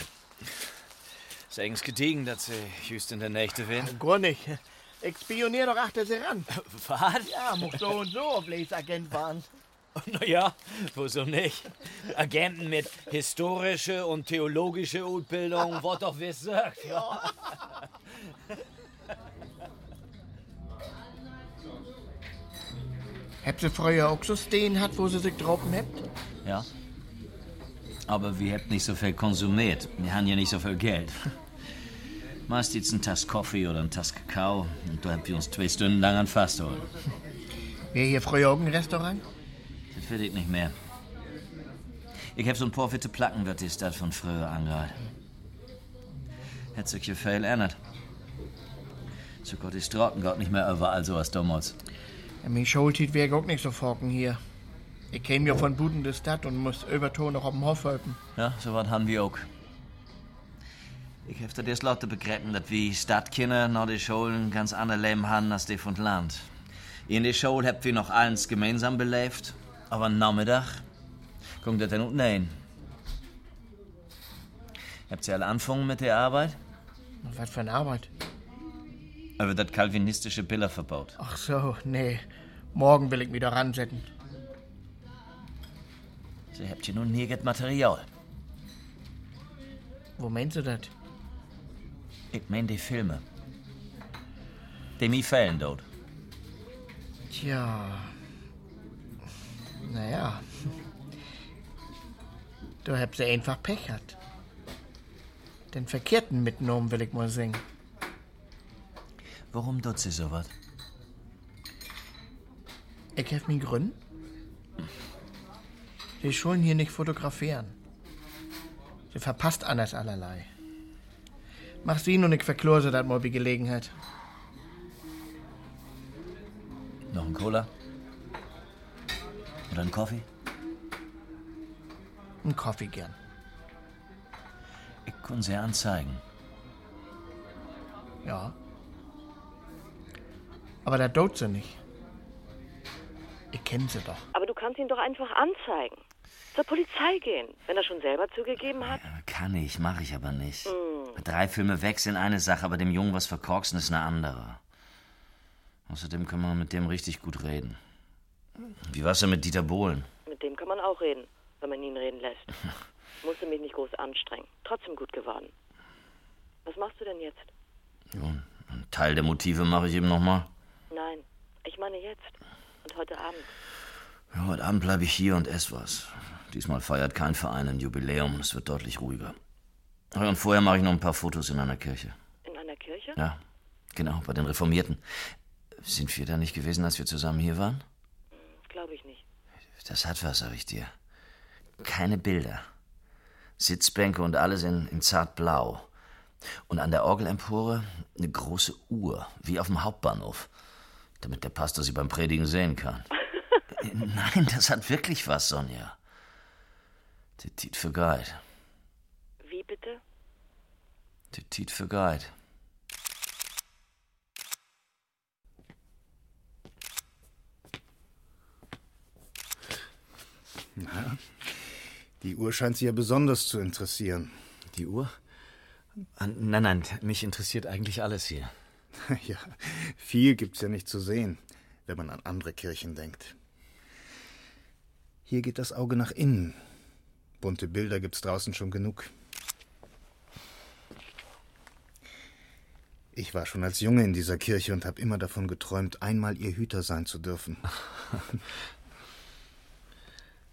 Speaker 4: Ist eigens gediegen, dass sie just in der Nächte *laughs* werden.
Speaker 12: Gar nicht. Ich spionier doch achter sie ran.
Speaker 4: Was?
Speaker 12: Ja, muss so und so auf Lesagent waren.
Speaker 4: Naja, wieso nicht? Agenten mit historische und theologische *laughs* Utbildung, was doch wer sagt.
Speaker 12: Habt ihr früher auch so stehen hat, wo sie sich droppen habt?
Speaker 4: Ja. Aber wir habt nicht so viel konsumiert. Wir haben ja nicht so viel Geld. Meist jetzt ein Tass Kaffee oder ein Tass Kakao und da habt ihr uns zwei Stunden lang an Fast holen.
Speaker 12: Wär hier früher auch ein Restaurant?
Speaker 4: Das will ich nicht mehr. Ich hab so ein paar fitte Placken, was ist das von früher angehalten. Hätt sich hier viel erinnert. So Gott ist trocken, Gott nicht mehr überall so als damals.
Speaker 12: Mir schuldet wäre auch nicht so forken hier. Ich käme ja von Buden der Stadt und muss Överton noch auf dem Hof helfen.
Speaker 4: Ja, so was haben wir auch. Ich habe das erst lauter begreppen, dass wir Stadtkinder nach der Schule ein ganz anderes Leben haben als die von Land. In der Schule habt wir noch eins gemeinsam belebt, aber am Nachmittag kommt das dann unten hin. Habt ihr alle angefangen mit der Arbeit?
Speaker 12: Und Was für eine Arbeit.
Speaker 4: Aber das kalvinistische Piller verbaut.
Speaker 12: Ach so, nee. Morgen will ich mich da ransetzen.
Speaker 4: Sie habt ihr nun nie das Material.
Speaker 12: Wo meinst du das?
Speaker 4: Ich mein die Filme. Die mir fehlen dort.
Speaker 12: Tja. Naja. Du habt sie einfach Pech gehabt. Den Verkehrten mitgenommen, will ich mal singen.
Speaker 4: Warum tut sie sowas?
Speaker 12: Ich helf mir gründen. Sie schulen hier nicht fotografieren. Sie verpasst anders allerlei. Mach sie und ich verklose das mal bei Gelegenheit.
Speaker 4: Noch ein Cola? Oder ein Kaffee?
Speaker 12: Ein Kaffee gern.
Speaker 4: Können Sie anzeigen.
Speaker 12: Ja. Aber da dote sie nicht. Ich kenne sie doch.
Speaker 6: Aber du kannst ihn doch einfach anzeigen. Zur Polizei gehen, wenn er schon selber zugegeben hat.
Speaker 4: Kann ich, mache ich aber nicht.
Speaker 6: Hm.
Speaker 4: Drei Filme weg sind eine Sache, aber dem Jungen was verkorksen ist eine andere. Außerdem kann man mit dem richtig gut reden. Wie war's denn mit Dieter Bohlen?
Speaker 6: Mit dem kann man auch reden, wenn man ihn
Speaker 4: *laughs*
Speaker 6: reden lässt. Musste mich nicht groß anstrengen. Trotzdem gut geworden. Was machst du denn jetzt?
Speaker 4: Nun, einen Teil der Motive mache ich eben nochmal.
Speaker 6: Nein, ich meine jetzt. Und heute Abend.
Speaker 4: Ja, heute Abend bleibe ich hier und esse was. Diesmal feiert kein Verein ein Jubiläum. Es wird deutlich ruhiger. Ah, Und vorher mache ich noch ein paar Fotos in einer Kirche.
Speaker 6: In einer Kirche?
Speaker 4: Ja, genau, bei den Reformierten. Sind wir da nicht gewesen, als wir zusammen hier waren?
Speaker 6: Glaube ich nicht.
Speaker 4: Das hat was, sag ich dir. Keine Bilder. Sitzbänke und alles in, in zartblau. Und an der Orgelempore eine große Uhr, wie auf dem Hauptbahnhof. Damit der Pastor sie beim Predigen sehen kann. Äh, *laughs* Nein, das hat wirklich was, Sonja. Titit für Guide.
Speaker 6: Wie bitte?
Speaker 4: Titit für Guide.
Speaker 24: Na, die Uhr scheint Sie ja besonders zu interessieren. Die Uhr?
Speaker 4: Nein, nein, mich interessiert eigentlich alles hier.
Speaker 24: *laughs* Ja, viel gibt's ja nicht zu sehen, wenn man an andere Kirchen denkt. Hier geht das Auge nach innen. Bunte Bilder gibt's draußen schon genug. Ich war schon als Junge in dieser Kirche und habe immer davon geträumt, einmal ihr Hüter sein zu
Speaker 4: *laughs*
Speaker 24: dürfen.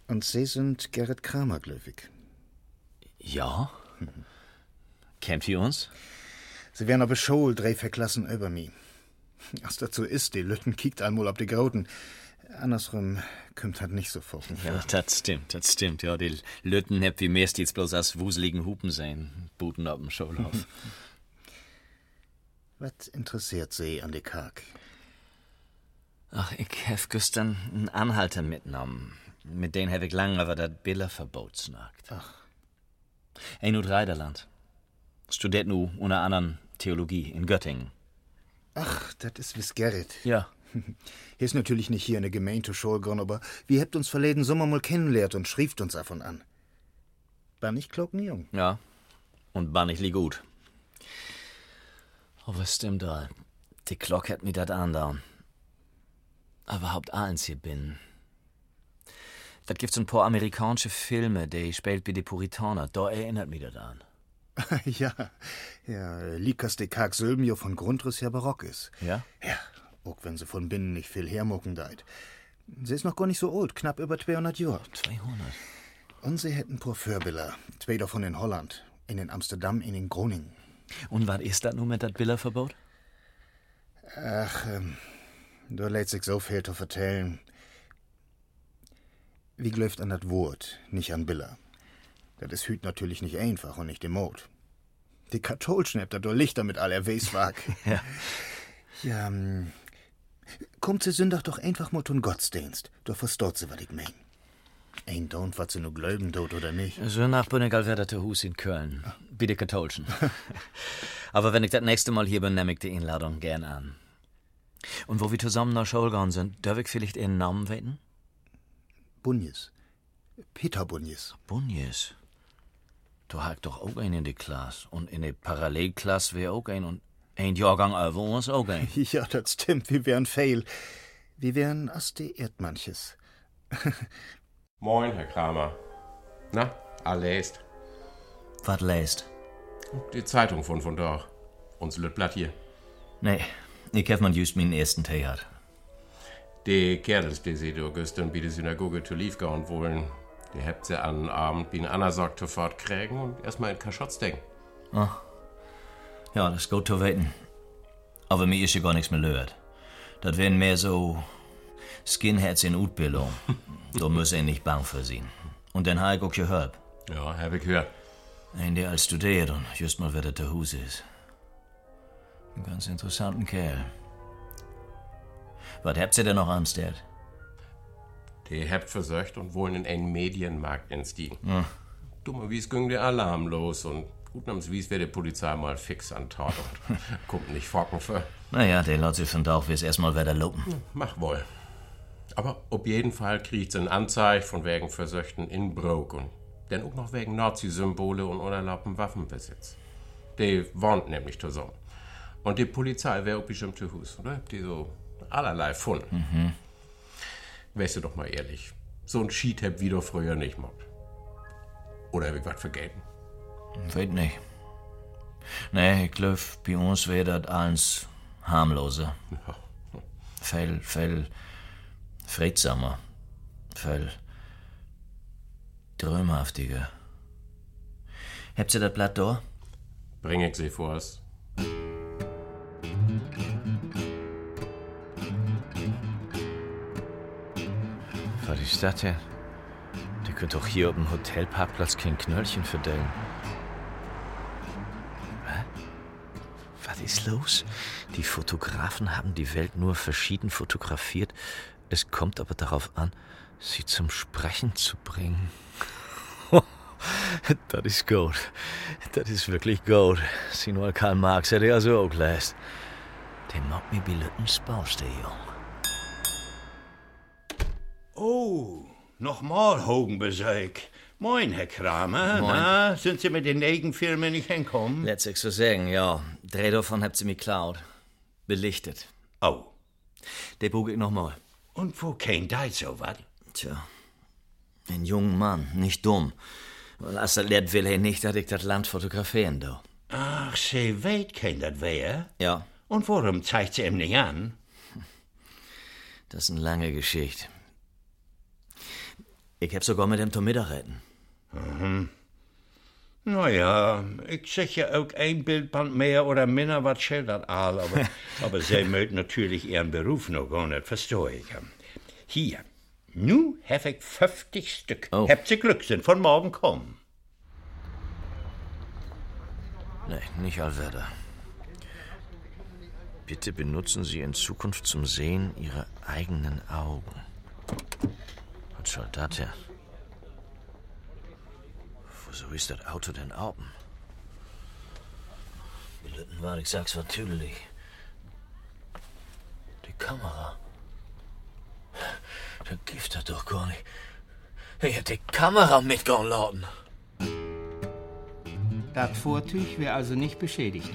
Speaker 24: Und Sie sind Gerrit Kramer, Glöwig.
Speaker 4: Ja? Kennt ihr uns?
Speaker 24: Sie wären aber schon drei Verklassen über mich. Was dazu ist, die Lütten kiekt einmal ab die Groten. Andersrum kommt halt nicht so vor.
Speaker 4: Ja, das stimmt, das stimmt. Ja, die Lütten habt wie mehr jetzt bloß aus wuseligen Hupen sein. Buten auf dem Schulhof.
Speaker 24: *laughs* Was interessiert Sie an die Karg?
Speaker 4: Ach, ich hab gestern einen Anhalter mitgenommen. Mit denen hab ich lang aber das Billerverbot snackt.
Speaker 24: Ach.
Speaker 4: Ein nur Reiderland. Studiert nu unter anderem Theologie in Göttingen.
Speaker 24: Ach, das ist wis Gerrit.
Speaker 4: Ja.
Speaker 24: *laughs* Hier ist natürlich nicht hier eine Gemeinde Schulgrund, aber wir habt uns verleden Sommer mal kennenlernt und schrieft uns davon an. War nicht klocken jung.
Speaker 4: Ja. Und war nicht li gut. Aber es Oh, stimmt all. Die Glock hat mir dat andaun. Aber haupt eins hier bin. Dat gibt's ein paar amerikanische Filme, die spielt wie die Puritaner. Da erinnert mich dat an.
Speaker 24: ja, ja, Likas de Karg Sülmio von Grundriss her barock ist.
Speaker 4: Ja?
Speaker 24: Ja, auch wenn sie von binnen nicht viel hermucken deit. Sie ist noch gar nicht so alt, knapp über 200 Jahre.
Speaker 4: 200?
Speaker 24: Und sie hätten Porfirbilder, zwei davon in Holland, in den Amsterdam, in den Groningen.
Speaker 4: Und was ist das nun mit dat Billerverbot?
Speaker 24: Ach, ähm, da lädt sich so viel zu vertellen. Wie läuft an das Wort, nicht an Biller? Das ist Hüt natürlich nicht einfach und nicht dem Mode. Die Kathol schnappt da Licht damit all er weiß wag.
Speaker 4: *laughs* ja.
Speaker 24: Ja, ähm, kommt sie Sündach doch einfach mal zum Gottesdienst. Du verstehst sie, was ich mein. Ein don't, was sie nur glauben tut oder nicht.
Speaker 4: So nach Bönnegal wär dat der Hus in Köln. Bitte *laughs* katholischen. Aber wenn ich das nächste Mal hier bin, nehm ich die Einladung gern an. Und wo wir zusammen nach Scholgorn sind, darf ich vielleicht Ihren Namen weten?
Speaker 24: Bunjes. Peter Bunjes.
Speaker 4: Bunjes? Du hast doch auch einen in die Klasse. Und in die Parallelklasse wär auch ein. Und ein Jahrgang über uns auch ein.
Speaker 24: *laughs* Ja, das stimmt, wir wären fail. Wir wären as die Erd manches.
Speaker 3: Moin, Herr Kramer. Na, all lest.
Speaker 4: Was lest?
Speaker 3: Die Zeitung von von dort. Uns Lütblatt hier.
Speaker 4: Nee, ich hab man just meinen ersten Tee hat.
Speaker 3: Die Kerls, die sie do gestern bei der Synagoge zu lief gauen wollen, die habt sie an Abend wie ein Anasag sofort krägen und erstmal in Kaschotz denken.
Speaker 4: Ah. Ja, das ist gut zu weten. Aber mir ist ja gar nichts mehr löert. Das wären mehr so Skinheads in
Speaker 3: *laughs*
Speaker 4: Utbildung. da muss ich nicht bang für sein. Und dann habe ich auch gehört.
Speaker 3: Ja, hab ich gehört.
Speaker 4: Ein, der als studiert und just mal wieder zu Hause ist. Ein ganz interessanten Kerl. Was habt ihr denn noch anstellt?
Speaker 3: Die habt versöcht und wollen in einen Medienmarkt entstiegen.
Speaker 4: Hm.
Speaker 3: Dummer, wie es ging der Alarm los und Putnamswies wäre der Polizei mal fix
Speaker 4: *laughs*
Speaker 3: an Tatort. Kommt nicht Forken für.
Speaker 4: Naja, der Lotzi von Dauch wir's erstmal wieder lopen.
Speaker 3: Mach wohl. Aber auf jeden Fall kriegt's ein Anzeig von wegen versöchten Inbrook und dann auch noch wegen Nazi-Symbole und unerlaubten Waffenbesitz. Die wohnt nämlich zusammen. Und die Polizei wäre auch bestimmt zu Hus, oder? Habt ihr so allerlei Fun.
Speaker 4: Mhm.
Speaker 3: Wärst du doch mal ehrlich. So ein Sheet hab wieder früher nicht mobbt. Oder hab ich was vergessen?
Speaker 4: Weet nicht. Nee, ich glaube, bei uns wäre das alles harmloser. Viel, viel friedsamer. Viel drömhaftiger. Habt ihr das Blatt da?
Speaker 3: Bring ich sie vor uns.
Speaker 2: Was ist das denn? Der könnte doch hier auf dem Hotelparkplatz kein Knöllchen verdellen. Hä? Was ist los? Die Fotografen haben die Welt nur verschieden fotografiert. Es kommt aber darauf an, sie zum Sprechen zu bringen. *laughs* das ist gut. Das ist wirklich gut. Sie nur Karl Marx hätte ja so auch gelesen. Der mag mir Billettens Baust, der Junge.
Speaker 7: Oh, nochmal Hogenbesäug. Moin, Herr Kramer.
Speaker 4: Moin.
Speaker 7: Na, sind Sie mit den Negenfilmen nicht hinkommen?
Speaker 4: Letztlich so sagen, ja. Dreh davon habt sie mir klaut. Belichtet.
Speaker 7: Au.
Speaker 4: Der bog ich nochmal.
Speaker 7: Und wo kein da so was?
Speaker 4: Tja. Ein junger Mann, nicht dumm. Weil als er lebt, will er nicht, dass ich das Land fotografieren do.
Speaker 7: Ach, Sie weht kein das wer.
Speaker 4: Ja,
Speaker 7: Und warum zeigt sie ihm nicht an?
Speaker 4: das ist eine lange Geschichte. Ich hab sogar mit dem zum Mittag reden.
Speaker 7: Mhm. Naja, ich sehe Nou ja auch ein Bildband mehr oder minder, was schildert all, aber, aber sie mögt natürlich ihren Beruf noch gar nicht, verstehe ich. Hier, nu hab ich 50 Stück. Habt sie Glück, sind von morgen kommen.
Speaker 2: Nee, nicht Alverda. Bitte benutzen Sie in Zukunft zum Sehen Ihre eigenen Augen. Was soll das denn? Wieso ist das Auto denn oben?
Speaker 4: Lütten war, ich sag's natürlich. Die Kamera.
Speaker 25: Der Gift hat doch gar nicht. Ich hätte die Kamera mitgehen lassen.
Speaker 4: Das Vortüch wäre also nicht beschädigt.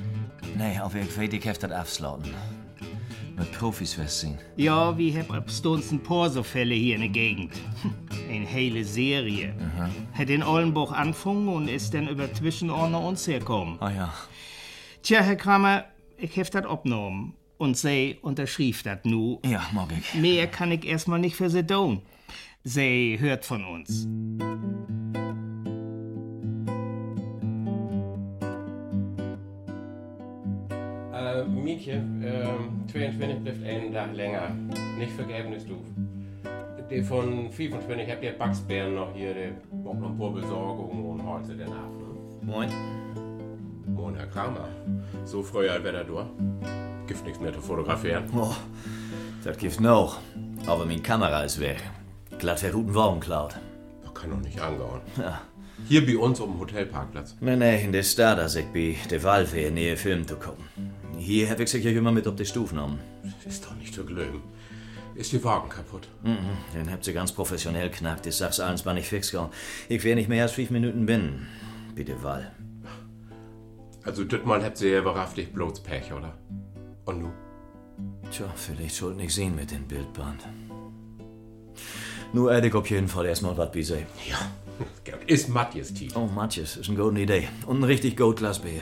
Speaker 4: Nee, auf ihr Weg, ich hab das abslauten. Mit Profis wär's sehen.
Speaker 26: Ja, wie hab abstunds ein paar so Fälle hier in der Gegend. *laughs* Eine hele Serie.
Speaker 4: Aha.
Speaker 26: Hat in Ollenburg angefangen und ist dann über Zwischenordner uns herkommen.
Speaker 4: Ah ja.
Speaker 26: Tja, Herr Kramer, ich hab das abgenommen. Und sie unterschrieb das nu.
Speaker 4: Ja, mag ich.
Speaker 26: Mehr kann ich erstmal nicht für sie tun. Sie hört von uns.
Speaker 3: Äh, Mietje, äh, 22 bleibt einen Tag länger. Nicht vergeben ist du. Die von 25 habt ihr Bugsbären noch hier, der braucht noch ein paar Besorgung und heute danach. Ne?
Speaker 4: Moin.
Speaker 3: Moin, Herr Kramer. So früh als wäre du. Gibt nichts mehr zu fotografieren.
Speaker 4: Oh, das gibt noch. Aber meine Kamera ist weg. Glatt der guten Wagen klaut.
Speaker 3: Das kann doch nicht angehauen.
Speaker 4: Ja.
Speaker 3: Hier bei uns auf dem Hotelparkplatz.
Speaker 4: Nee, nee, in der Stadt, als ich bei der Wahlfähre näher Film zu kommen. Hier hab ich sicher immer mit auf die Stufen genommen.
Speaker 3: Das ist doch nicht zu glauben. Ist die Wagen kaputt?
Speaker 4: Mhm, den habt ihr ganz professionell knackt. Ich sag's eins mal nicht fix gehauen. Ich wär nicht mehr als fünf Minuten binnen. Bitte, Wahl.
Speaker 3: Also, das Mal habt ihr ja wahrhaftig bloß Pech, oder? Und nun?
Speaker 4: Tja, vielleicht sollt nicht sehen mit dem Bildband. Nur hätte ich auf jeden Fall erstmal was bisei.
Speaker 3: Ja, ist Matthias Tief.
Speaker 4: Oh, Matthias, ist eine gute Idee. Und ein richtig gut Glas Bier.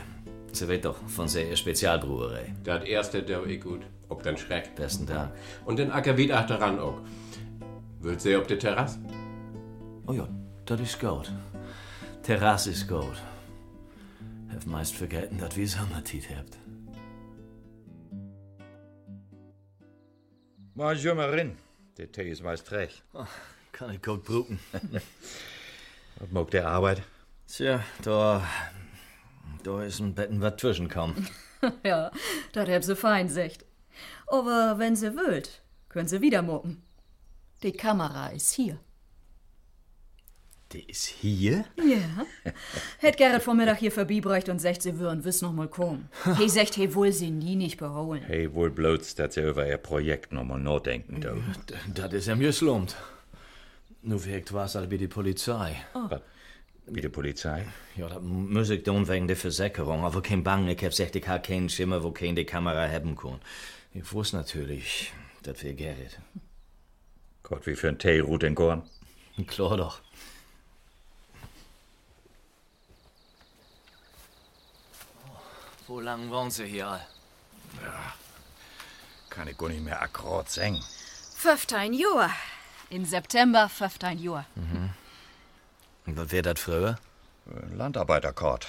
Speaker 4: Sie wird doch von der Spezialbrauerei.
Speaker 3: Das erste, der eh gut. Ob dann Schreck.
Speaker 4: Besten Dank.
Speaker 3: Und den Ackerwied achteran auch. Willst du auf der Terrasse?
Speaker 4: Oh ja, das ist gut. Terrasse ist gut. Hab meist vergessen, dass wir Sommertit habt.
Speaker 19: Mein Jüngerin, der Tee ist meist recht.
Speaker 4: Oh, Kann ich gut brücken.
Speaker 19: Was mag der Arbeit?
Speaker 4: Tja, da. Da ist ein Betten, was zwischenkommt.
Speaker 20: *laughs* ja, das hab sie fein secht. Aber wenn sie wollt, können sie wieder mucken. Die Kamera ist hier.
Speaker 19: Der ist hier?
Speaker 20: *laughs* Ja. Hätt Gerrit vormittag hier verbiebrecht und secht, sie würden wiss noch mal kommen. He secht, he wohl sie nie nicht beholen.
Speaker 19: Hey, wohl bloß, dass er über ihr Projekt nochmal nachdenken darf.
Speaker 4: Das ist ja mir slummt. Nu wirkt was halt bei die Polizei.
Speaker 20: Oh.
Speaker 19: Was? Wie die Polizei?
Speaker 4: Ja, das muss ich tun wegen der Versicherung. Aber kein Bang, ich hab gesagt, ich hab keinen Schimmer, wo kein die Kamera haben kann. Ich wusste natürlich, das wäre Gerrit.
Speaker 19: Gott, wie für ein Tee ruht in Gorn.
Speaker 4: Klar doch. Wo lang wohnen sie hier all?
Speaker 19: Kann ich gar nicht mehr akkurat singen.
Speaker 20: 15 Jahr. In September 15 Jahr.
Speaker 19: Mhm. Und was wäre das früher? Landarbeiterkord.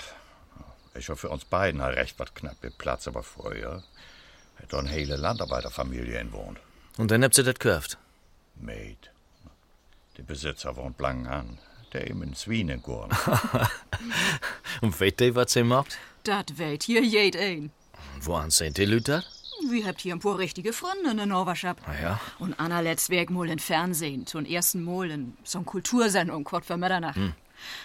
Speaker 19: Äh, Ich hoffe, für uns beiden hat recht was knapp mit Platz, aber früher hätte eine hele Landarbeiterfamilie in wohnt.
Speaker 4: Und dann habt ihr das gehört.
Speaker 19: Mate. Der Besitzer wohnt Blankenhahn. Der eben in Swinengorn.
Speaker 4: *laughs* Und weht ihr, was ihr macht?
Speaker 20: Dat weht hier jed ein.
Speaker 4: Und Woran sind die Leute?
Speaker 20: Wir habt hier ein paar richtige Freunde in der Norwerschap.
Speaker 4: Ah ja.
Speaker 20: Und Anna letzt weg mal in Fernsehen, zum ersten Mal in so einer Kultursendung, kurz vor Mitternacht.
Speaker 4: Hm.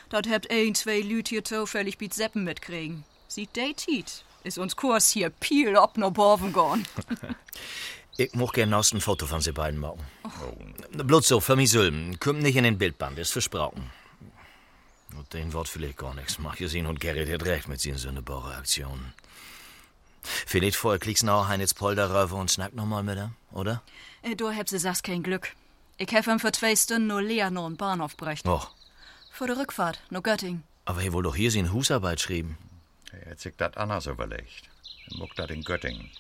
Speaker 20: Dort habt ein, zwei Lüt hier zufällig biet Seppen mitkriegen. Sieht datet. Ist uns Kurs hier piel ob no Borven gorn.
Speaker 4: Ich möchte gerne noch ein Foto von sie beiden machen. Bloß so, für mich Sülben. Kommt nicht in den Bildband, ist versprochen. Und den Wort vielleicht gar nichts. Mach ihr sehen und Gerrit hat recht mit seinen Sündebarer-Aktionen. Vielleicht vorher klickst noch Heinz Polderöwe und schnack nochmal mit ihm, oder?
Speaker 20: Äh, Du habt sie sas kein Glück. Ich hab ihm für zwei Stunden nur Lea noch einen Bahnhof brecht.
Speaker 4: Och,
Speaker 20: Vor der Rückfahrt, no Götting.
Speaker 4: aber er wohl doch hier seine Husarbeit schreiben.
Speaker 19: Er hat sich das anders überlegt. Er muckt das in Göttingen.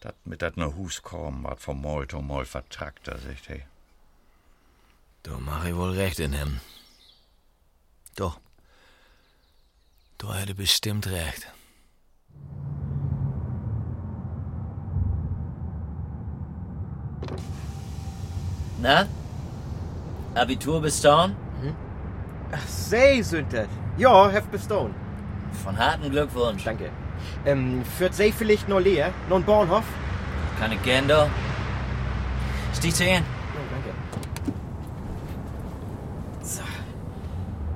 Speaker 19: Das mit dat ne Hus kommen, wat vom Mal to Mal vertragt, da sagt hey.
Speaker 4: Da mach ich wohl recht in ihm. Doch. Da hätte bestimmt recht.
Speaker 2: Na? Abitur bestanden?
Speaker 11: Mhm. Ach, sei Sünder. Ja, hef bestone.
Speaker 2: Von harten Glückwunsch.
Speaker 11: Danke. Ähm, führt sei vielleicht nur leer, nun Bornhof?
Speaker 2: Kann ich gern da? Stich zu Ehren.
Speaker 11: Ja, danke. So.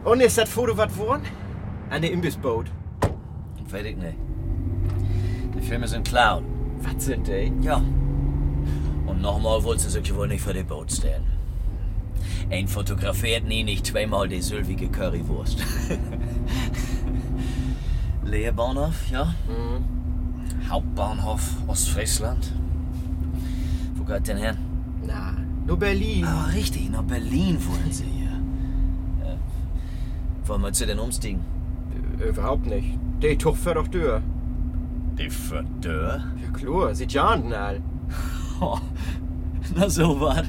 Speaker 11: Und ist das Foto was worden? Eine Imbissboot.
Speaker 2: Weiß ich nicht. Die Filme sind Clown.
Speaker 11: Was sind die?
Speaker 2: Ja. Und nochmal wollten sie sich wohl nicht für die Boot stellen. Ein fotografiert nie nicht zweimal die sülvige Currywurst. *laughs* Leerbahnhof, ja?
Speaker 11: Mhm.
Speaker 2: Hauptbahnhof Ostfriesland. Wo geht denn hin?
Speaker 11: Na, nur Berlin.
Speaker 2: Ah, richtig, nach Berlin wollen sie hier. Äh, wollen wir zu den umstiegen?
Speaker 11: Äh, Überhaupt nicht. Die Tuch für doch Dörr.
Speaker 2: Die Verdör?
Speaker 11: Ja, klar, sieht ja an, all.
Speaker 2: Oh, *laughs* na so was.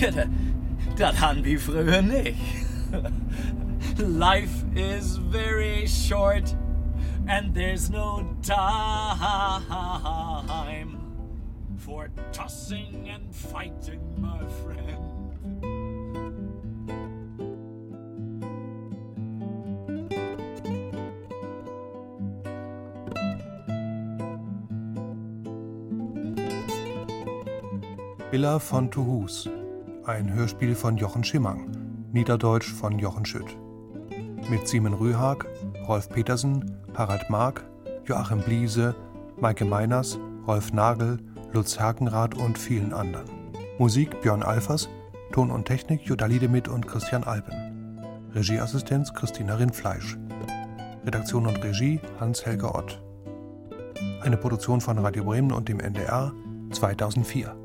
Speaker 2: Ja, da- das haben wir früher nicht. Life is very short and there's no time for tossing and fighting, my friend.
Speaker 1: Villa von Tohus. Ein Hörspiel von Jochen Schimmang. Niederdeutsch von Jochen Schütt. Mit Simon Rühag, Rolf Petersen, Harald Mark, Joachim Bliese, Maike Meiners, Rolf Nagel, Lutz Hakenrath und vielen anderen. Musik Björn Alfers, Ton und Technik Jutta Liedemith und Christian Alpen. Regieassistenz Christina Rindfleisch. Redaktion und Regie Hans-Helge Ott. Eine Produktion von Radio Bremen und dem NDR 2004.